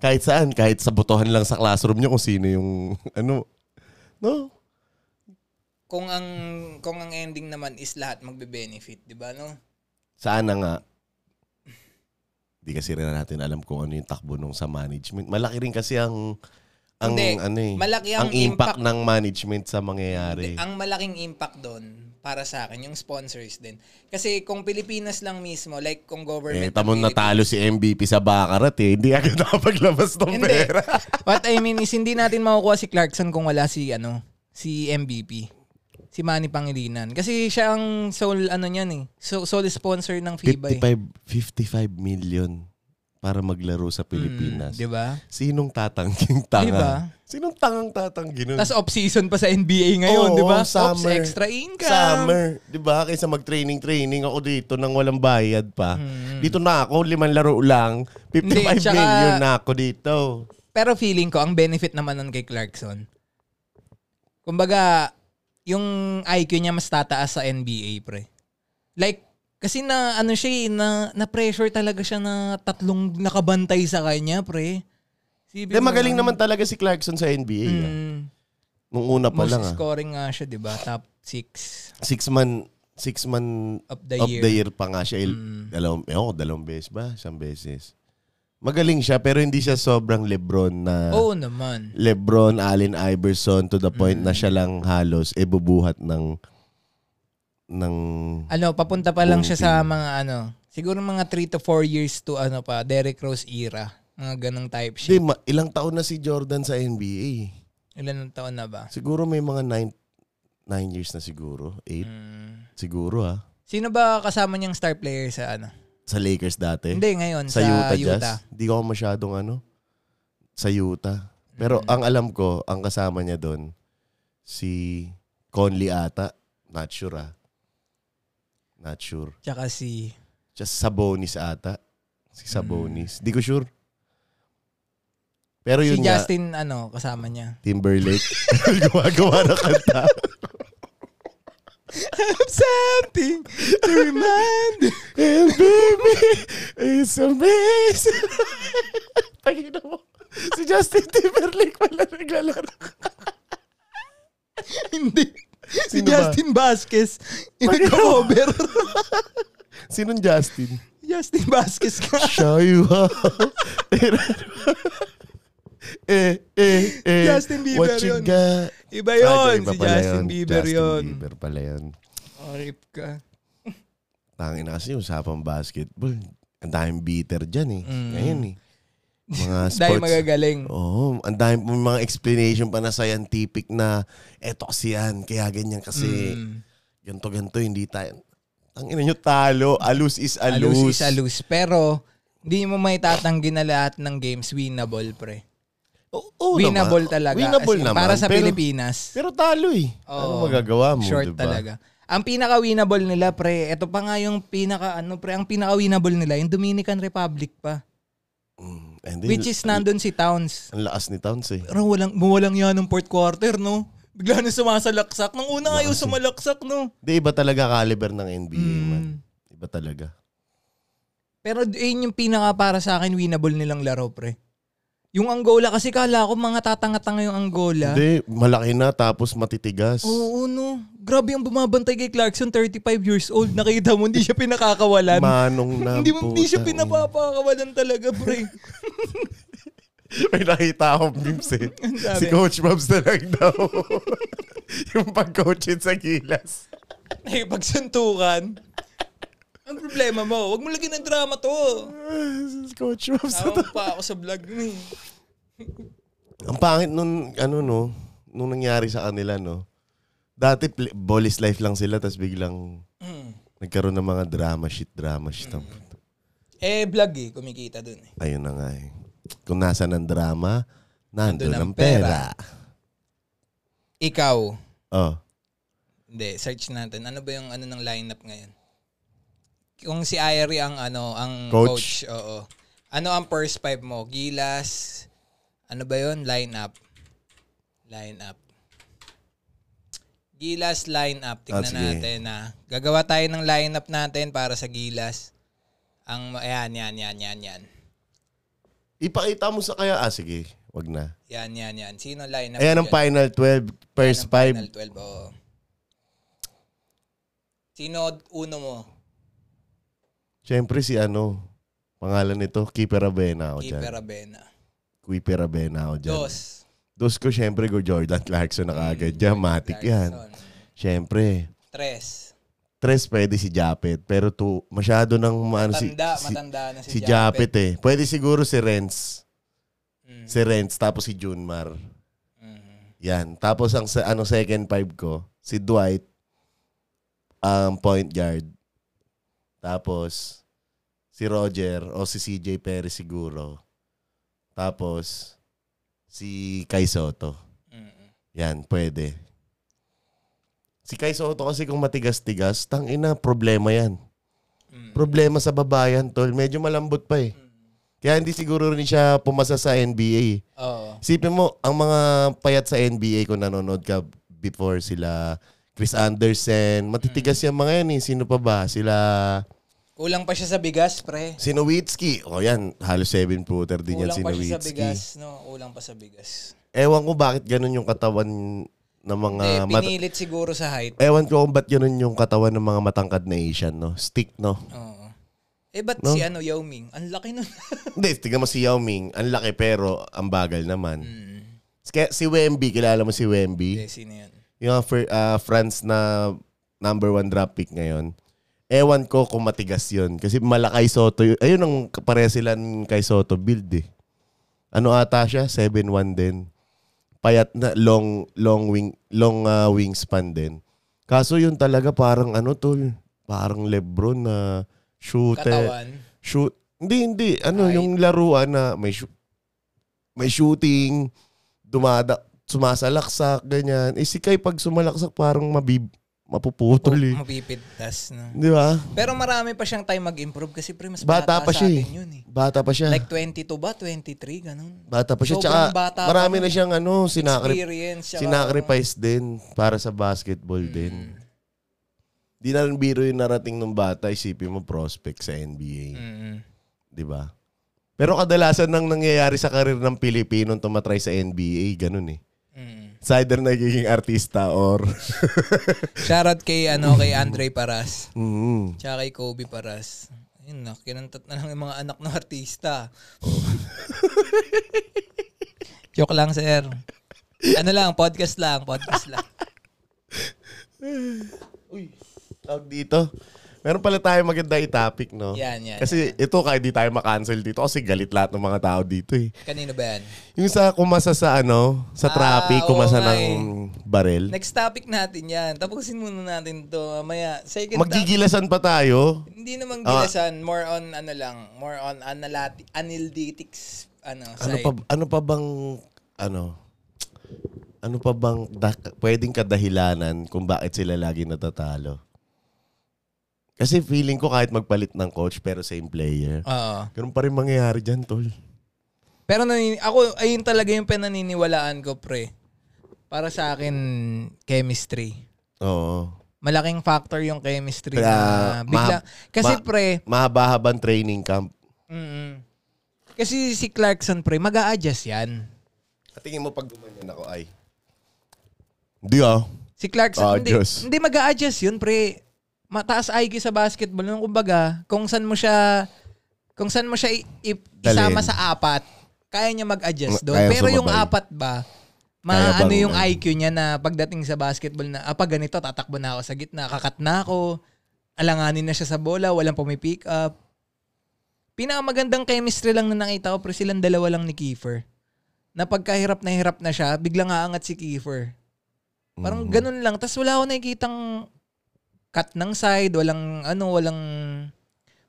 Kahit saan, kahit sa botohan lang sa classroom nyo kung sino yung ano. No?
Kung ang kung ang ending naman is lahat magbe-benefit, 'di ba no?
Sana nga. Hindi kasi rin natin alam kung ano yung takbo nung sa management. Malaki rin kasi ang ang
Hindi.
ano eh,
Malaki ang
ang impact,
impact.
ng management sa mangyayari.
Eh, Ang malaking impact doon para sa akin yung sponsors din. Kasi kung Pilipinas lang mismo, like
Eh,
kung government ng
tamon
Pilipinas-
natalo si MVP sa Baccarat eh. Hindi agad <laughs> nakapaglabas ng
Hindi.
pera.
What I mean is, hindi natin makukuha si Clarkson kung wala si, ano, si MVP. Si Manny Pangilinan. Kasi siya ang sole, ano niyan eh. So, sole sponsor ng FIBA eh.
55, 55 million para maglaro sa Pilipinas.
Mm, diba?
Sinong tatangging tanga?
Diba?
Sinong tangang tatanggi nun?
Tapos off-season pa sa NBA
Oo,
ngayon, di ba? Oops,
summer.
extra income.
Summer, 'di ba? Kaysa mag-training-training ako dito nang walang bayad pa. Dito na ako, limang laro lang, 55
Mm. Hindi, tsaka-
million na ako dito.
Pero feeling ko, ang benefit naman nun kay Clarkson, kumbaga, yung IQ niya mas tataas sa NBA, pre. Like, kasi na, ano siya, eh, na, na-pressure talaga siya na tatlong nakabantay sa kanya, pre. Sipin
Hindi,
mo
Eh, magaling
naman.
naman talaga si Clarkson sa NBA. ah.
Mm,
Nung una pa
most
lang ah.
scoring nga siya, di ba? Top 6
Six man six man
of the
of
year.
the year pa nga siya. Mm. Dalawang, ewan ko, dalawang beses ba? Isang beses. Magaling siya pero hindi siya sobrang Lebron na
Oo naman.
Lebron, Allen Iverson to the
Mm.
point na siya lang halos e bubuhat ng ng
Ano, papunta pa lang siya sa mga ano, siguro mga 3 to 4 years to ano pa, Derrick Rose era. Mga ganong type
Hindi,
shit.
ma- ilang taon na si Jordan sa NBA.
Ilan ang taon na ba?
Siguro may mga nine, nine years na siguro. Eight.
Mm.
Siguro ah.
Sino ba kasama niyang star player sa ano?
Sa Lakers dati.
Hindi,
Eh,
ngayon.
sa,
Sa,
Utah, Jazz.
Utah.
Hindi ko masyadong ano. Sa Utah. Pero
Mm.
ang alam ko, ang kasama niya doon, si Conley ata. Not sure ah. Not sure.
Tsaka si...
Just Sabonis ata. Si Sabonis. Di ko sure. Pero
Si
yun nga,
Justin, ano, kasama niya.
<laughs> Timberlake. Gumagawa na kanta.
Something to remind
And baby, it's amazing. <laughs> Pagino mo. Si Justin Timberlake pala naglalaro.
<laughs> Hindi. Si
Sino ba? Ano
Justin
<laughs>
Vasquez. Yung cover. <laughs>
Sinong Justin?
Justin Vasquez ka.
Show you how. <laughs> eh, eh, eh.
Justin
What
Bieber
you
yun.
got?
Iba
Ah,
yun.
di, iba
si
pala
Justin Bieber
Justin
yun.
Bieber pala yun.
Oh, rip ka.
Tangin na kasi usapang basketball. Ang daming bitter dyan eh.
Mm.
Ngayon eh.
<laughs>
Mga
Dahil
sports.
magagaling.
Oo, oh, ang dami pong mga explanation pa na scientific na eto kasi yan, kaya ganyan kasi
Mm.
ganto ganto hindi tayo. Ang ina nyo talo, alus is eh, alus.
Alus is alus. Pero, hindi mo may tatanggi na lahat ng games winnable, pre.
Oo, oo
Winnable
naman.
talaga.
Winnable
As in,
naman.
Para sa
pero,
Pilipinas.
Pero talo eh. ano
Oo.
magagawa mo,
Short
diba?
talaga. Ang pinaka-winnable nila, pre, ito pa nga yung pinaka, ano, pre, ang pinaka-winnable nila, yung Dominican Republic pa.
Mm, and then,
Which is nandun si Towns.
Ang lakas ni Towns eh.
Pero walang, mawalang yan ng fourth quarter, no? Bigla na sumasalaksak. Nung una ayaw sumalaksak, no?
Di iba talaga caliber ng NBA man.
Mm.
Iba talaga.
Pero d- yun yung pinaka para sa akin winnable nilang laro, pre. Yung Angola, kasi kala ko mga tatanga-tanga yung Angola.
Hindi, malaki na tapos matitigas.
Oo, no. Grabe yung bumabantay kay Clarkson, 35 years old. Nakita mo, hindi siya pinakakawalan. <laughs>
Manong na.
hindi, mo, hindi siya
putang ina.
pinapapakawalan talaga, <laughs> pre.
<laughs> May nakita akong memes
<laughs>
eh.
dami.
si Coach Mabs na lang daw. <laughs> yung pag-coachin sa gilas.
Eh, pagsuntukan. Ang problema mo, wag mo lagi ng drama to.
Si Coach Mabs.
Tawang pa ako sa vlog mo eh.
Ang pangit nun, ano no, nung nangyari sa kanila no. Dati, pl- ball is life lang sila, tapos biglang nagkaroon ng mga drama shit, drama shit.
Mm.
Ang puto.
Eh, vlog eh, kumikita dun eh.
Ayun na nga eh. Kung nasa ng drama, nandun,
Nandun ang
ang pera.
Ikaw,
Oh.
hindi, search natin. Ano ba yung ano ng lineup ngayon? Kung si Irie ang ano, ang
Coach?
coach, oo. Ano ang first five mo? Gilas, ano ba yun? Lineup. Lineup. Gilas lineup.
Ah,
Tignan
sige.
natin na. Gagawa tayo ng lineup natin para sa Gilas. Ang ayan, yan, yan, yan, yan.
Ipakita mo sa kaya, ah sige, wag na.
Yan, yan, yan. Sino lineup?
Ayan ang
dyan?
final 12, first
Ng final
5.
12, oo. Sino uno mo?
Siyempre si ano, pangalan nito, Keeper Avena ako Oh, dyan.
Keeper Abena.
Keeper Avena ako dyan. Dos.
Dos. Mm,
ko, siyempre ko Jordan <laughs> Clarkson na kaagad dyan. Matik yan.
Clarkson.
Siyempre.
Tres.
Tres pwede si Japet, pero two, masyado nang maano si,
Matanda,
si,
matanda na si,
si Japet eh. Pwede siguro si Renz.
Mm.
Si Renz, tapos si Junmar.
Mhm.
Yan. Tapos ang sa- ano second five ko, si Dwight um, point guard. Tapos si Roger o si CJ Perez siguro. Tapos si Kai Soto.
Mhm.
Yan, pwede. Si Kai Soto kasi kung matigas-tigas, tang ina, problema yan.
Mm.
Problema sa babayan, tol. Medyo malambot pa eh. Kaya hindi siguro rin siya pumasa sa NBA eh.
Mm-hmm. Oo.
Isipin mo, ang mga payat sa NBA kung nanonood ka before sila Chris Anderson,
Mm.
matitigas yung mga yan eh. Sino pa ba? Sila
Kulang pa siya sa bigas, pre.
Sinowitski. O yan, halos seven footer din yan
Kulang pa siya sa
Sinowitski.
bigas. No, kulang pa sa bigas.
Ewan ko bakit ganun yung katawan ng mga...
Eh,
Ah, mat-
pinilit siguro sa height.
Ewan ko kung ba't ganun yung katawan ng mga matangkad na Asian, no? Stick, no?
Oo. Eh, ba't
No?
si ano, Yao Ming? Ang laki
<laughs>
nun.
Hindi, tignan mo si Yao Ming. Ang laki pero ang bagal naman.
mm.
Kaya Si Wemby, kilala mo si Wemby?
Eh, sino yan?
yung fir- ah, France na number one draft pick ngayon, ewan ko kung matigas yun. Kasi malakay Soto. yun. Ayun ang pare sila ng kay Soto build eh. Ano ata siya? 7'1 din. Payat na long long wing long ah, wingspan din. Kaso yun talaga parang ano tol, parang LeBron na shooter
Katawan.
shoot. Hindi, hindi. Ano,
Ay.
yung laruan na may, shoo- may shooting, dumada, sumasalaksak, ganyan. Eh, si Kai pag sumalaksak, parang mabib, mapuputol eh.
Mapipitas. No?
Di ba?
Pero marami pa siyang time mag-improve kasi pre, mas bata,
Bata pa
sa
siya eh.
atin yun eh.
Bata pa siya.
Like 22 ba? 23? Ganun.
bata pa siya.
sobrang
Tsaka
bata pa
marami
nun
na
eh.
siyang ano, sinakri-
Experience. tsaka- Mm.
sinacrifice din para sa basketball din. Di na rin biro yung narating ng bata, isipin mo prospect sa NBA.
Mm.
di ba? Pero kadalasan nang nangyayari sa karir ng Pilipino tumatry sa NBA, ganun eh.
Mm.
It's either nagiging artista or...
Shoutout kay, ano, kay Andre Paras.
Mm.
Tsaka kay Kobe Paras. Ayun na, kinantat na lang yung mga anak ng
<laughs>
artista. Joke lang, sir. Ano lang, podcast lang, podcast lang.
Uy, tawag dito. Meron pala tayong maganda i-topic, no?
Yan, yan,
Oh. Kasi ito, kahit di tayo makancel dito, kasi galit lahat ng mga tao dito eh.
Kanino ba yan?
Yung sa kumasa sa ano, sa
Ah,
traffic,
oo
kumasa
nga eh.
ng baril.
Next topic natin yan. Tapusin muna natin to. Mamaya, second topic.
Maggigilasan pa tayo.
Hindi naman
Ah.
gilasan. more on, ano lang, more on analati- analytics ano,
Ano
side.
pa, ano pa bang, ano, ano pa bang da- pwedeng kadahilanan kung bakit sila lagi natatalo? Kasi feeling ko kahit magpalit ng coach pero same player,
Oo.
ganun pa rin mangyayari dyan, tol.
Pero nanini- ako, ayun talaga yung pinaniniwalaan ko, pre. Para sa akin, chemistry.
Oo.
Malaking factor yung chemistry.
Kaya,
na bigla.
ma-
kasi
ma-
pre,
Mahaba-habang training camp.
mm kasi si Clarkson pre, mag adjust yan.
At tingin mo pag gumanyan ako ay, hindi ah.
Si Clarkson,
Ah,
hindi,
Diyos.
hindi mag adjust yun pre. Mataas IQ sa basketball. Nung kumbaga, kung saan mo siya, kung saan mo siya i- i-
Dalhin.
isama sa apat, kaya niya mag-adjust
Ma-
doon.
kaya
Pero yung
sumabay.
apat ba,
Kaya
maano
bang- ano?
yung IQ niya na pagdating sa basketball na, ah, pag ganito, tatakbo na ako sa gitna, kakat na ako, alanganin na siya sa bola, walang pumipick up. Pinakamagandang chemistry lang na nakita ko, pero silang dalawa lang ni Kiefer. Na pagkahirap na hirap na siya, biglang aangat si Kiefer. Parang
Mm. Mm-hmm.
ganun lang. Tapos wala ako nakikitang cut ng side, walang ano, walang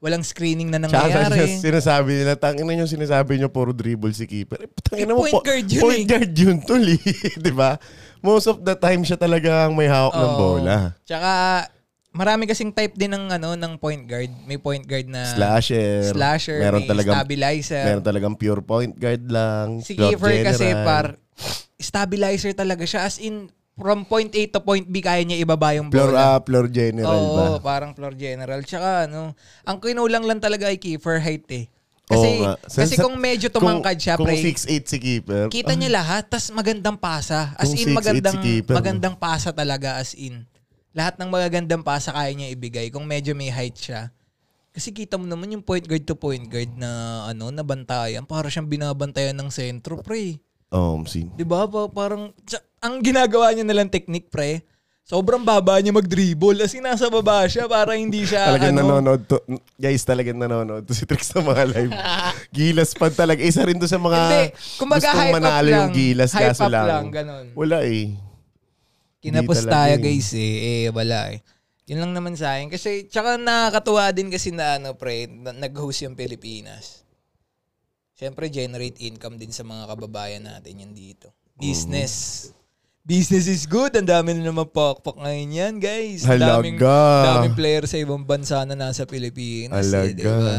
walang screening na
Tsaka sa-
nangyayari.
sinasabi nila, tangin na yung sinasabi nyo, puro dribble si keeper. Eh, tangin na mo,
Eh, point
po-
guard yun
Point
eh.
guard yun, tol. eh. <laughs> Di ba? Most of the time, siya talaga ang may hawak ng
Oo.
bola.
Tsaka marami kasing type din ng ano ng point guard. May point guard na
Slasher.
slasher,
Meron
may
talagang,
stabilizer.
meron talagang pure point guard lang.
si
floor
Kiefer kasi
general.
par stabilizer talaga siya as in from point A to point B kaya niya ibaba yung
Floor,
bola.
ah, floor general
Oo,
ba?
parang floor general. Tsaka ano, ang kinulang lang talaga ay Kiefer height eh. Kasi,
Oo nga. Sa-
kasi
sa-
kung medyo tumangkad siya,
kung,
pre,
Kung 6'8 si eh. keeper.
Kita niya lahat, tas magandang pasa. As
Kung
in,
6'8
magandang,
si keeper, no?
magandang pasa talaga, as in. Lahat ng magagandang pasa kaya niya ibigay kung medyo may height siya. Kasi kita mo naman yung point guard to point guard na ano na bantayan, para siyang binabantayan ng sentro, pre.
Oh, sin.
'Di ba? Pa- Parang tsa- ang ginagawa niya nalang technique, pre. Sobrang baba niya mag-dribble. As in, nasa baba siya para hindi siya
Talagang
ano.
nanonood to. Guys, talagang nanonood to si Trix ng mga
<laughs>
live. gilas pa talaga. Isa rin to sa mga
Hindi, kumbaga
gustong
hype up
manalo yung
lang.
gilas.
Hype
kaso
up
lang.
lang, ganun.
Wala eh. Hindi
Kinapos
talaga
tayo
eh.
guys eh. Eh, wala eh. Yun lang naman sa akin. Kasi, tsaka nakakatuwa din kasi na ano, pre, na- nag-host yung Pilipinas. Siyempre, generate income din sa mga kababayan natin yan dito. Business. Business is good. Ang dami na naman pakpak ngayon yan, guys. Ang Daming,
Halaga.
daming player sa ibang bansa na nasa Pilipinas.
Halaga.
Eh, di ba?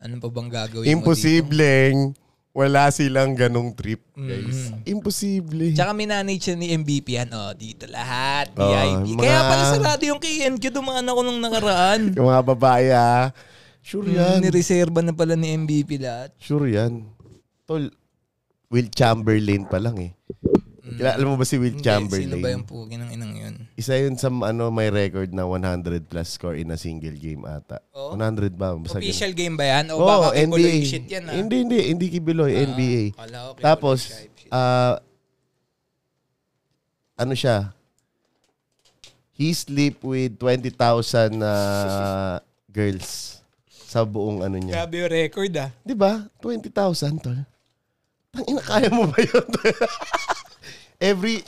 Ano pa bang gagawin mo dito?
Imposibleng eh. wala silang ganong trip, guys. Imposible.
Mm-hmm. Tsaka minanage siya ni MVP yan. O, ano, dito lahat.
Oo,
VIP.
mga-
Kaya pala sarado yung KNQ. Dumaan ako nung nakaraan.
Yung mga babae ah, sure <laughs>
Yan.
yan.
Nireserva na pala ni MVP lahat.
Sure yan. Tol, Will Chamberlain pa lang eh. Kila- Alam mo ba si Will
Mm. Hindi,
Chamberlain?
Sino ba yung pugi ng inang yun?
Isa yun sa ano, may record na 100 plus score in a single game ata.
Oo.
100 ba? Basta ganun.
Oh. Official game ba yan? O
Oo,
baka kibuloy shit yan ah.
Hindi, hindi. Hindi kibiloy. NBA.
Kala ko kibuloy
Tapos,
siya, shit.
ah, ano siya? He sleep with 20,000 ah, girls sa buong ano niya.
Grabe yung record ah.
Di ba? 20,000, tol. Tangina, kaya mo ba yun? <laughs> every,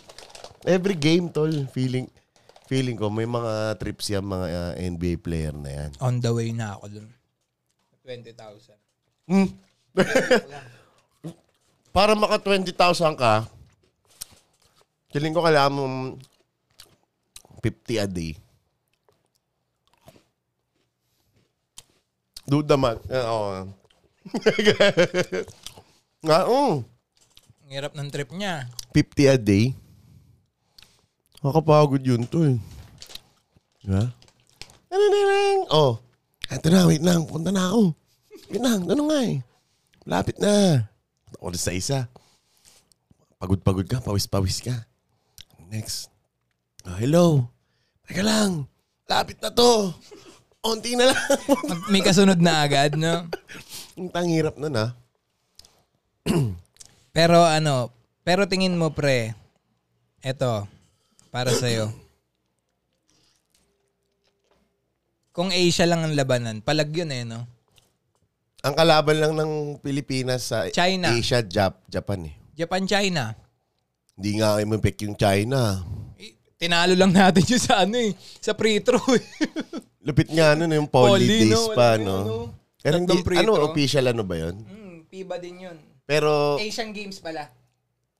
every game, tol, feeling, feeling ko, may mga trips yan, mga ah, NBA player na yan.
On the way na ako dun. 20,000.
Hmm? <laughs> Para maka 20,000 ka, feeling ko kailangan mo 50 a day. Dude naman. Ah, Oo. <laughs> Nga, mm. oo.
Ang hirap ng trip niya.
50 a day. Nakakapagod yun to eh. Diba? Tadadadang! Oh, eto na, wait lang. Punta na ako. Wait lang, ano nga eh. Lapit na. Oras sa isa. Pagod-pagod ka, pawis-pawis ka. Next. Oh, hello. Teka lang. Lapit na to. Onti na lang. <laughs>
Pag May kasunod na agad, no?
Ang tanghirap nun ah.
Pero ano, pero tingin mo pre, eto, para sa'yo. Kung Asia lang ang labanan, palag yun eh, no?
Ang kalaban lang ng Pilipinas sa
China.
Asia, Jap, Japan eh.
Japan-China.
Hindi nga imimpik yung China.
Eh, Tinalo lang natin yun sa ano eh, sa free throw eh.
Lupit nga nun yung
Poly,
poly days
no? Wala
pa,
na yun, no?
no? Pero
Tatlong
hindi,
free
ano,
throw.
official ano ba yun?
<laughs> hmm, piba din yun.
Pero,
Asian Games pala.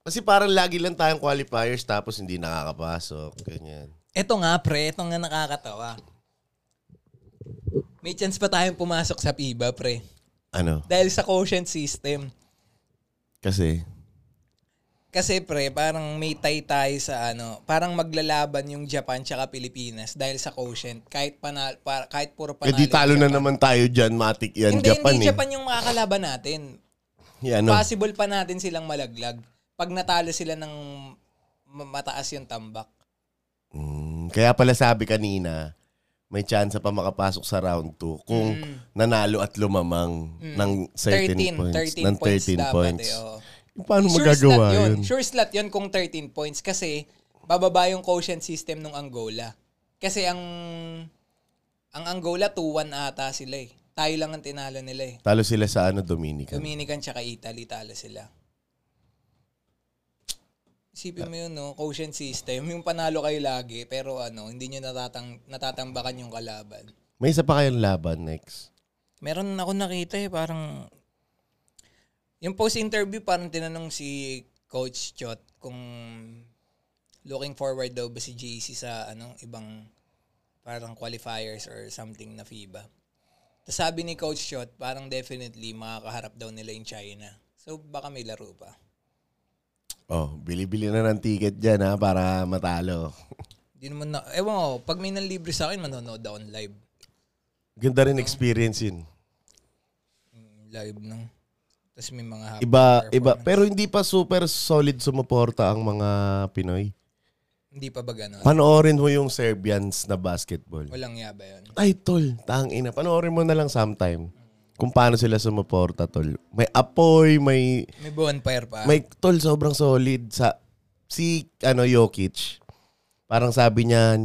kasi parang lagi lang tayong qualifiers tapos hindi nakakapasok. Ganyan.
Eto nga pre, eto nga nakakatawa. May chance pa tayong pumasok sa PIBA pre.
Ano?
Dahil sa quotient system.
Kasi,
Kasi pre, parang may tay tayo sa ano, parang maglalaban yung Japan tsaka Pilipinas dahil sa quotient. Kahit panal, pa, kahit puro
eh
panalo.
di talo na
yung Japan.
naman tayo dyan, matik yan,
Hindi,
Japan
hindi
eh.
Japan yung makakalaban natin.
Yan, ano?
Possible pa natin silang malaglag pag natalo sila ng ma- mataas yung tambak.
Mm, kaya pala sabi kanina, may chance pa makapasok sa round 2 kung
Mm.
nanalo at lumamang ng certain
13,
points.
13
ng
Mm. points
13
dapat
points.
eh. oo.
Paano
Sure
magagawa
slot yun.
yun?
Sure slot yun kung 13 points kasi bababa yung quotient system ng Angola. Kasi ang ang Angola 2-1 ata sila eh. Tayo lang ang tinalo nila eh.
Talo sila sa ano, Dominican.
Dominican tsaka Italy talo sila. Isipin mo yun, no? Quotient system. Yung panalo kayo lagi, pero ano, hindi nyo natatang, natatambakan yung kalaban.
May isa pa kayong laban next.
Meron ako nakita eh, parang... Yung post-interview, parang tinanong si Coach Chot kung looking forward daw ba si JC sa ano, ibang parang qualifiers or something na FIBA. Tapos sabi ni Coach Chot, parang definitely makakaharap daw nila yung China. So baka may laro pa.
Oh, bili-bili na ng ticket dyan ha, para matalo.
Di naman na, ewan ko, pag may nanlibre sa akin, manonood ako ng live.
Ganda rin experience yun.
Mm, Live ng... Tapos may mga hapon
Iba,
performance.
iba. Pero hindi pa super solid sumuporta ang mga Pinoy.
Hindi pa ba ganun?
Panoorin mo yung Serbians na basketball.
Walang yaba yun.
Ay, tol, tang ina. Panoorin mo na lang sometime kung paano sila sumuporta, tol. May apoy, may...
May bonfire pa.
May, tol, sobrang solid. Sa, si, ano, Jokic, parang sabi niya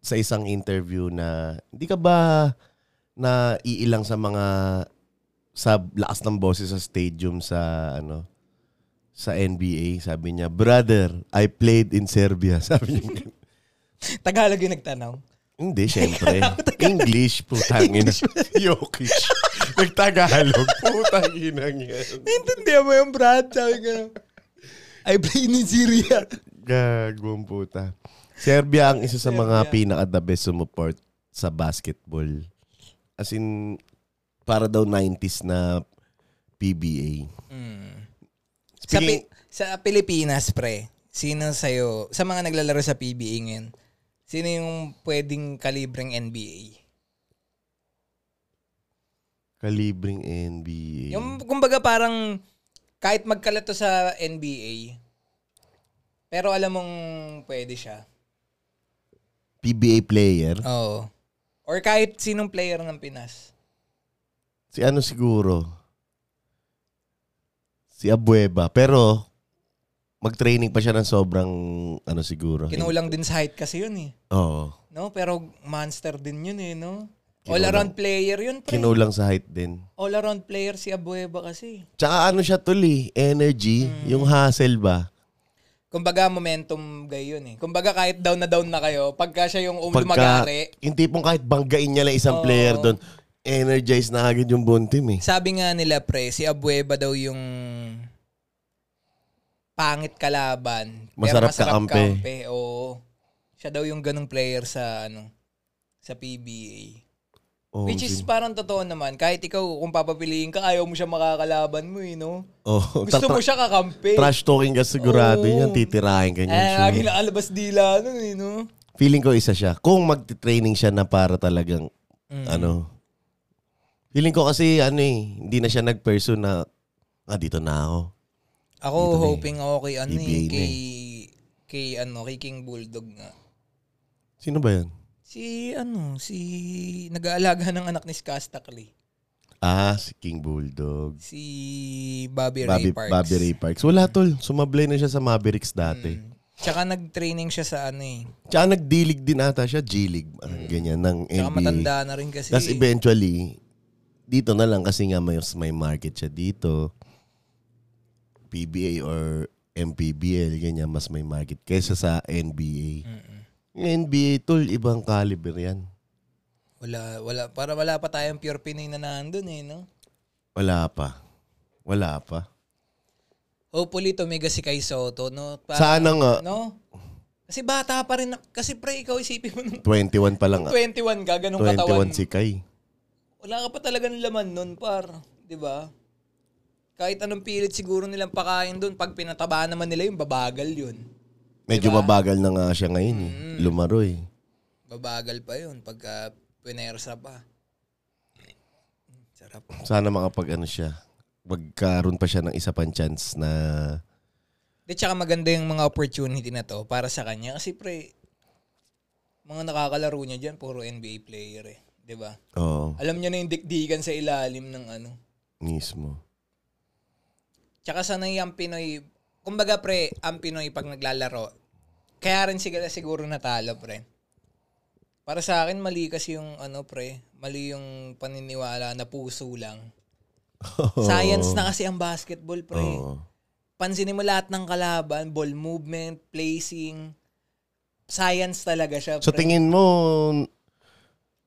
sa isang interview na, hindi ka ba na iilang sa mga sa lakas ng boses sa stadium sa ano sa NBA sabi niya brother I played in Serbia <laughs> sabi niya
Tagalog yung nagtanaw.
Hindi, syempre. English, putang ina. <laughs> Jokic. Nagtagalog, putang ina yan.
Naintindihan mo yung Brad, sabi ko. I play in
ah.
Syria.
Gagong puta. Serbia ang isa sa mga pinaka-the best sumuport sa basketball. As in, para daw 90s na PBA.
Hmm. Sa,
Speaking-
Pi- sa Pilipinas, pre, sino sa'yo, sa mga naglalaro sa PBA ngayon, sino yung pwedeng kalibreng NBA?
Kalibring NBA.
Yung, kumbaga parang, kahit magkalato sa NBA, pero alam mong pwede siya.
PBA player.
Oo. Or kahit sinong player ng Pinas.
Si ano siguro? Si Abueva. Pero, mag-training pa siya ng sobrang, ano siguro.
Kinulang din sa height kasi yun eh.
Oo.
No? Pero monster din yun eh, no?
Kinulang.
All-around player yun, pre.
Kinulang sa height din.
all-around player si Abueva kasi.
Tsaka ano siya tuli, energy,
Hmm.
yung hustle ba?
Kumbaga momentum guy yun eh. Kumbaga kahit down na down na kayo, pagka siya yung um-
Pagka,
lumagari,
yung tipong kahit banggain niya lang isang
Oo.
player doon, energized na agad yung buong team eh.
sabi nga nila pre, si Abueva daw yung pangit kalaban. pero
Masarap kakampi.
Oo. Siya daw yung ganong player sa ano sa PBA.
Oo,
Which
sin-
is parang totoo naman. Kahit ikaw, kung papapiliin ka, ayaw mo siya makakalaban mo eh, no? <laughs>
Oo,
Gusto
Oh, tra-
mo siya kakampi.
trash talking ka sigurado
Oo.
yan, titirahin ka niya.
Eh,
sure.
lagi nakalabas dila nun eh, no?
Feeling ko isa siya. Kung magti-training siya na para talagang,
Mm.
ano, feeling ko kasi, ano eh, hindi na siya nag-person na, ah, dito na ako.
Ako
Dito na eh.
hoping ako kay ano eh,
PBA na
kay kay ano, kay King Bulldog nga.
Sino ba yan?
Si ano, si nag-aalaga ng anak ni Skastakli.
Ah, si King Bulldog.
Si Bobby,
Bobby,
Ray Parks.
Bobby Ray Parks. Wala tol. Sumablay na siya sa Mavericks
Mm.
dati.
Tsaka nag-training siya sa ano eh.
Tsaka nagdilig din ata siya. G-League. parang Ganyan ng
Mm. Tsaka
NBA.
matanda na rin kasi.
Tapos eventually, dito na lang kasi nga may, may market siya dito. PBA or MPBL, ganyan, mas may market kaysa sa NBA. Yung NBA, tol, ibang caliber yan.
Wala, wala, para wala pa tayong pure Pinoy na nandun eh, no?
Wala pa. Wala pa.
Hopefully, tumigas si Kai Soto, no? Pa-
Sana nga,
No? Kasi bata pa rin. na- Kasi pre, ikaw isipin mo nung
21 pa lang.
21 ka, ganong katawan.
21 si Kai.
Wala ka pa talagang laman nun, par. Di ba? Kahit anong pilit siguro nilang pakain dun, pag pinataba naman nila yun, babagal yun.
Medyo mabagal na nga siya ngayon eh. Lumaro eh.
Babagal pa yun pagka pinersa pa. Sarap.
Sana makapag ano siya. Magkaroon pa siya ng isa pang chance na
Di tsaka maganda yung mga opportunity na to para sa kanya. Kasi pre, mga nakakalaro niya dyan, puro NBA player eh. Di ba?
oh,
Alam niya na yung dikdikan sa ilalim ng ano.
mismo.
Tsaka sanay ang Pinoy. Kumbaga pre, ang Pinoy pag naglalaro, kaya rin sigala siguro natalo pre. Para sa akin, mali kasi yung ano pre, mali yung paniniwala na puso
<laughs>
lang. Science na kasi ang basketball pre.
Oo.
Pansinin mo lahat ng kalaban, ball movement, placing. Science talaga siya
So
pre.
tingin mo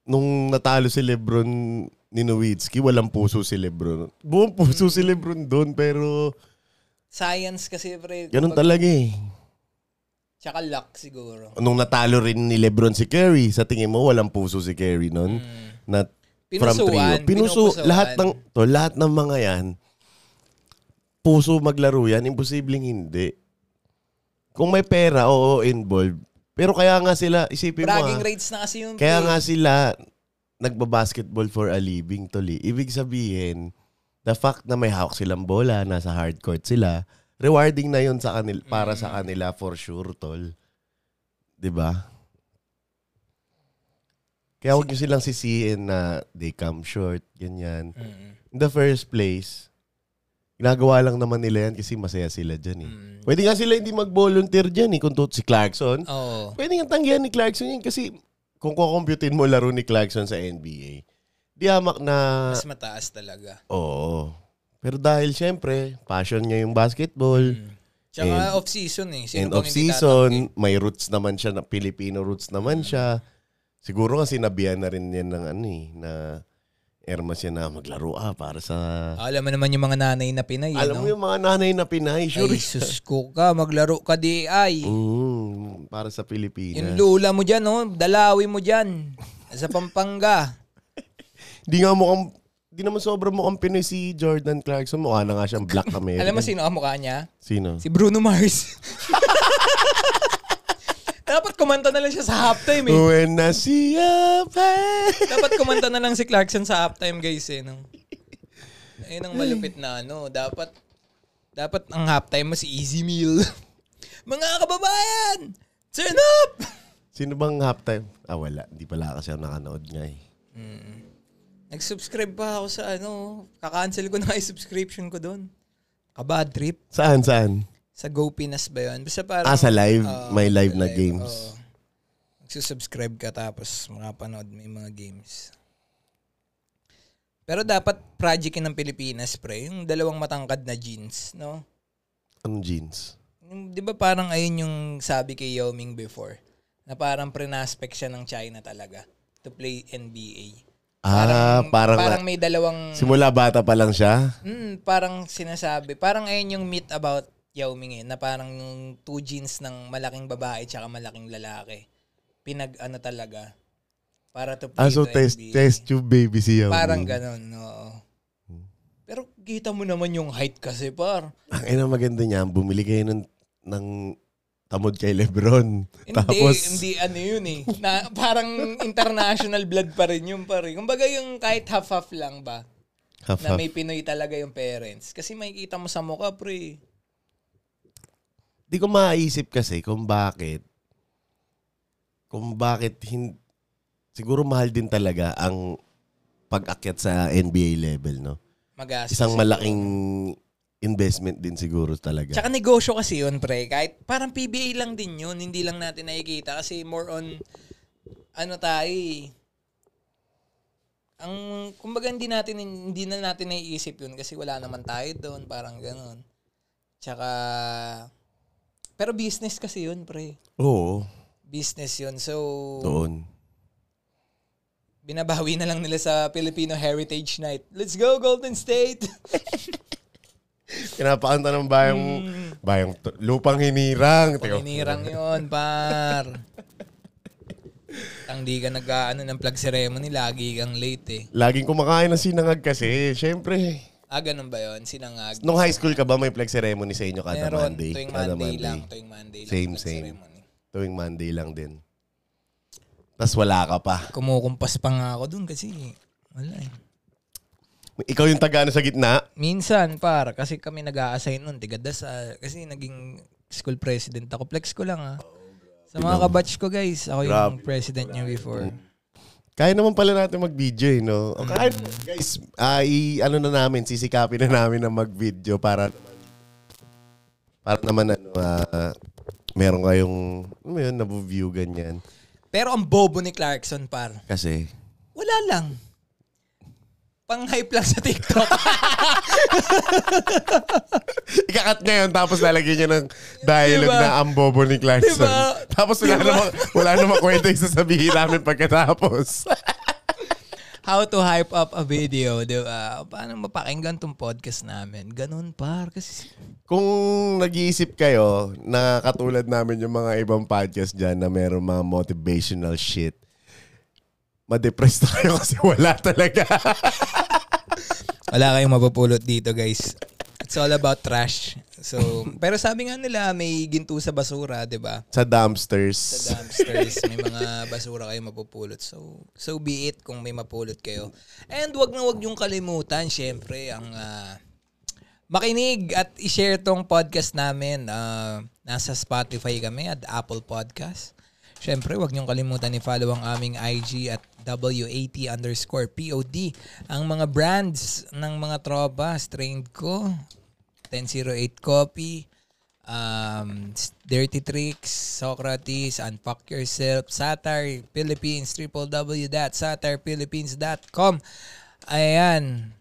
nung natalo si LeBron ni Nowitzki, walang puso si LeBron. Buong puso si LeBron doon pero
Science kasi pre.
ganun
Kapag-
talaga eh.
Tsaka luck siguro.
Nung natalo rin ni LeBron si Curry, sa tingin mo walang puso si Curry noon? Na from
Mm. Hmm. Pinusuan,
trio. Pinuso
pinupusuan.
lahat ng to, lahat ng mga 'yan. Puso maglaro 'yan, imposibleng hindi. Kung may pera, oo, involved. Pero kaya nga sila, isipin mo
Bragging
ah,
rates na kasi yung
Kaya nga sila nagba-basketball for a living, toli. Ibig sabihin, the fact na may hawak silang bola, nasa hard court sila, rewarding na 'yon sa kanila para sa kanila for sure, tol. 'Di ba? Kaya huwag niyo silang sisihin na they come short, ganyan.
Mm. Hmm.
In the first place, ginagawa lang naman nila yan kasi masaya sila dyan eh.
Mm.
Pwede nga sila hindi mag-volunteer dyan eh. Kung to, si Clarkson,
Oo.
Pwede nga tanggihan ni Clarkson yun kasi kung kukumputin mo laro ni Clarkson sa NBA, di hamak na...
mas mataas talaga.
Oo. Pero dahil syempre, passion niya yung basketball.
Mm. Tsaka off-season eh.
Hmm. And
Hmm. Sino bang
off
hindi
season, may roots naman siya, na Filipino roots naman siya. Siguro nga sinabihan na rin niya ng ano eh, na Ermas yan na maglaro ah para sa...
tatanggap? Alam mo naman yung mga nanay na Pinay.
Alam mo
yun,
yung mga nanay na Pinay,
no?
sure.
Ah, Ay, sus ko ka. Maglaro ka di ay.
Mm, para sa
Yung
Pilipinas.
lula mo dyan, no? Dalawi mo dyan. Sa
<laughs>
Pampanga.
Di nga mukhang, di naman sobrang mukhang Pinoy si Jordan Clarkson. Mukha na nga siyang black American.
Alam mo sino ang mukha niya?
Sino?
Si Bruno Mars. <laughs> Dapat kumanta na lang siya sa halftime eh.
When I see a
Dapat kumanta na lang si Clarkson sa halftime guys eh. No? Ayun ang malupit na ano. Dapat, dapat ang halftime mo si Easy Meal. <laughs> Mga kababayan! Turn up!
Sino bang halftime? Ah, wala. Hindi pala kasi ako nakanood nga eh.
Nag-subscribe pa ako sa ano. Kakancel ko na yung subscription ko doon. Kabad trip.
Saan, saan?
Sa GoPinas ba yun? Basta parang...
Ah, sa live.
Oo,
May live
sa
na games.
oo. Magsusubscribe ka tapos makapanood mo yung mga games. Pero dapat project yun ng Pilipinas, pre. Yung dalawang matangkad na jeans, no?
Anong jeans?
Yung, di ba parang ayun yung sabi kay Yao Ming before? Na parang pre-naspect siya ng China talaga to play NBA.
Ah, parang,
parang may dalawang...
simula bata pa lang siya.
Mm, parang sinasabi. Parang ayun yung myth about Yao Ming eh, na parang yung two genes ng malaking babae tsaka malaking lalaki. Pinag ano talaga. Para to play
Ah, so
the
test,
NBA.
test tube baby si Yao
Parang
Ming. Hmm.
ganon, oo. Pero kita mo naman yung height kasi par.
Ang ina maganda niya, bumili kayo ng, ng tamod kay Lebron.
Hindi,
Tapos,
hindi ano yun eh. Na, parang international blood pa rin yung pare. Kumbaga yung kahit half-half lang ba
half,
na
half.
may Pinoy talaga yung parents. Kasi makikita mo sa mukha pre.
di ko maisip kasi kung bakit kung bakit hin, siguro mahal din talaga ang pag-akyat sa NBA level, no?
Magastos.
Isang malaking investment din siguro talaga.
Tsaka negosyo kasi yun, pre. Kahit parang PBA lang din yun. Hindi lang natin nakikita kasi more on, ano tayo eh. Ang, kumbaga hindi natin, hindi na natin naiisip yun kasi wala naman tayo doon. Parang ganun. Tsaka, pero business kasi yun, pre.
Oo,
Business yun. So,
doon.
binabawi na lang nila sa Filipino Heritage Night. Let's go, Golden State! <laughs>
Kinapakanta ng bayang,
Mm.
bayang t- lupang hinirang. Teka,
Paninirang yun, par. Tang di ka nag-ano ng flag ceremony, lagi kang late eh.
Laging kumakain ng sinangag kasi. Siyempre,
Ah, ganun ba yun? Sinangag.
nung high school ka ba may flag ceremony sa inyo kada
Meron,
Monday?
tuwing
Kada
Monday, lang. Tuwing Monday lang.
Same,
flag
same.
ceremony.
Tuwing Monday lang din. Tapos wala ka pa.
Kumukumpas pa nga ako dun kasi wala eh.
Ikaw yung taga ano sa gitna.
Minsan, par, kasi kami nag-a-assign nun, tigadasal. Kasi naging school president ako. Flex ko lang ah. Sa mga kabatch ko guys, ako yung president niyo before.
Kaya naman pala natin mag-video eh, no? O Kahit, guys, ah, i- ano na namin, sisikapin na namin na mag-video para naman, para naman ano, ah, meron kayong, ano yun, nabu-view ganyan.
Pero ang bobo ni Clarkson, par.
Kasi,
Wala lang. Pang-hype lang sa
<laughs>
TikTok. <laughs>
ikakat niya yun, tapos lalagyan niya ng dialogue
Diba?
na ang bobo ni Clarkson.
Diba?
Tapos wala
Diba?
namang, wala namang kwento yung sasabihin namin
<laughs>
pagkatapos.
How to hype up a video, di ba? Paano mapakinggan tong podcast namin? Ganun, par. Kasi
Kung nag-iisip kayo na katulad namin yung mga ibang podcast dyan na meron mga motivational shit, madepress na kayo <laughs> kasi wala talaga.
wala kayong mapupulot dito, guys. It's all about trash. <laughs> So, pero sabi nga nila, may ginto sa basura, di ba?
Sa dumpsters.
Sa dumpsters, may mga basura kayo mapupulot. So, so be it kung may mapulot kayo. And wag na wag yung kalimutan, syempre, ang ah, makinig at i-share tong podcast namin. Ah, nasa Spotify kami at Apple Podcast. Syempre, wag niyong kalimutan i-follow ang aming IG at WAT underscore POD. Ang mga brands ng mga tropa, strained ko, 1008 Copy, um, S- Dirty Tricks, Socrates, Unfuck Yourself, Satire Philippines, www.satirphilippines.com. Ayan.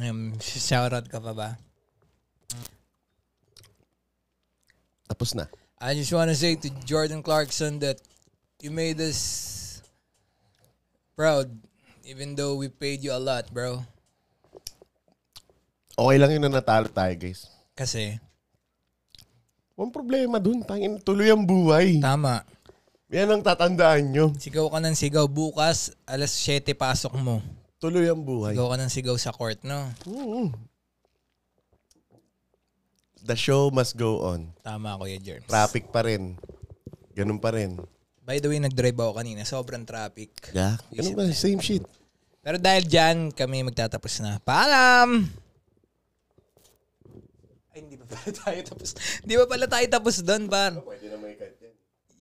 Um, shoutout ka pa ba?
Tapos na.
I just want to say to Jordan Clarkson that you made us proud even though we paid you a lot, bro.
Okay lang yun na natalo tayo, guys.
Kasi,
Walang problema dun. Tangin, tuloy ang buhay.
tama.
Yan ang tatandaan nyo.
Sigaw ka ng sigaw bukas, alas 7 pasok mo.
Tuloy ang buhay.
Sigaw ka ng sigaw sa court, no?
Mm. The show must go on.
Tama, Kuya Jerms.
Traffic pa rin. Ganun pa rin.
By the way, nag-drive ako kanina. Sobrang traffic.
Yeah. Ganun pa. Same shit.
Pero dahil dyan, kami magtatapos na. Paalam! Ay, hindi pa pala tayo tapos. Hindi pa pala tayo tapos doon, Bar.
Pwede na may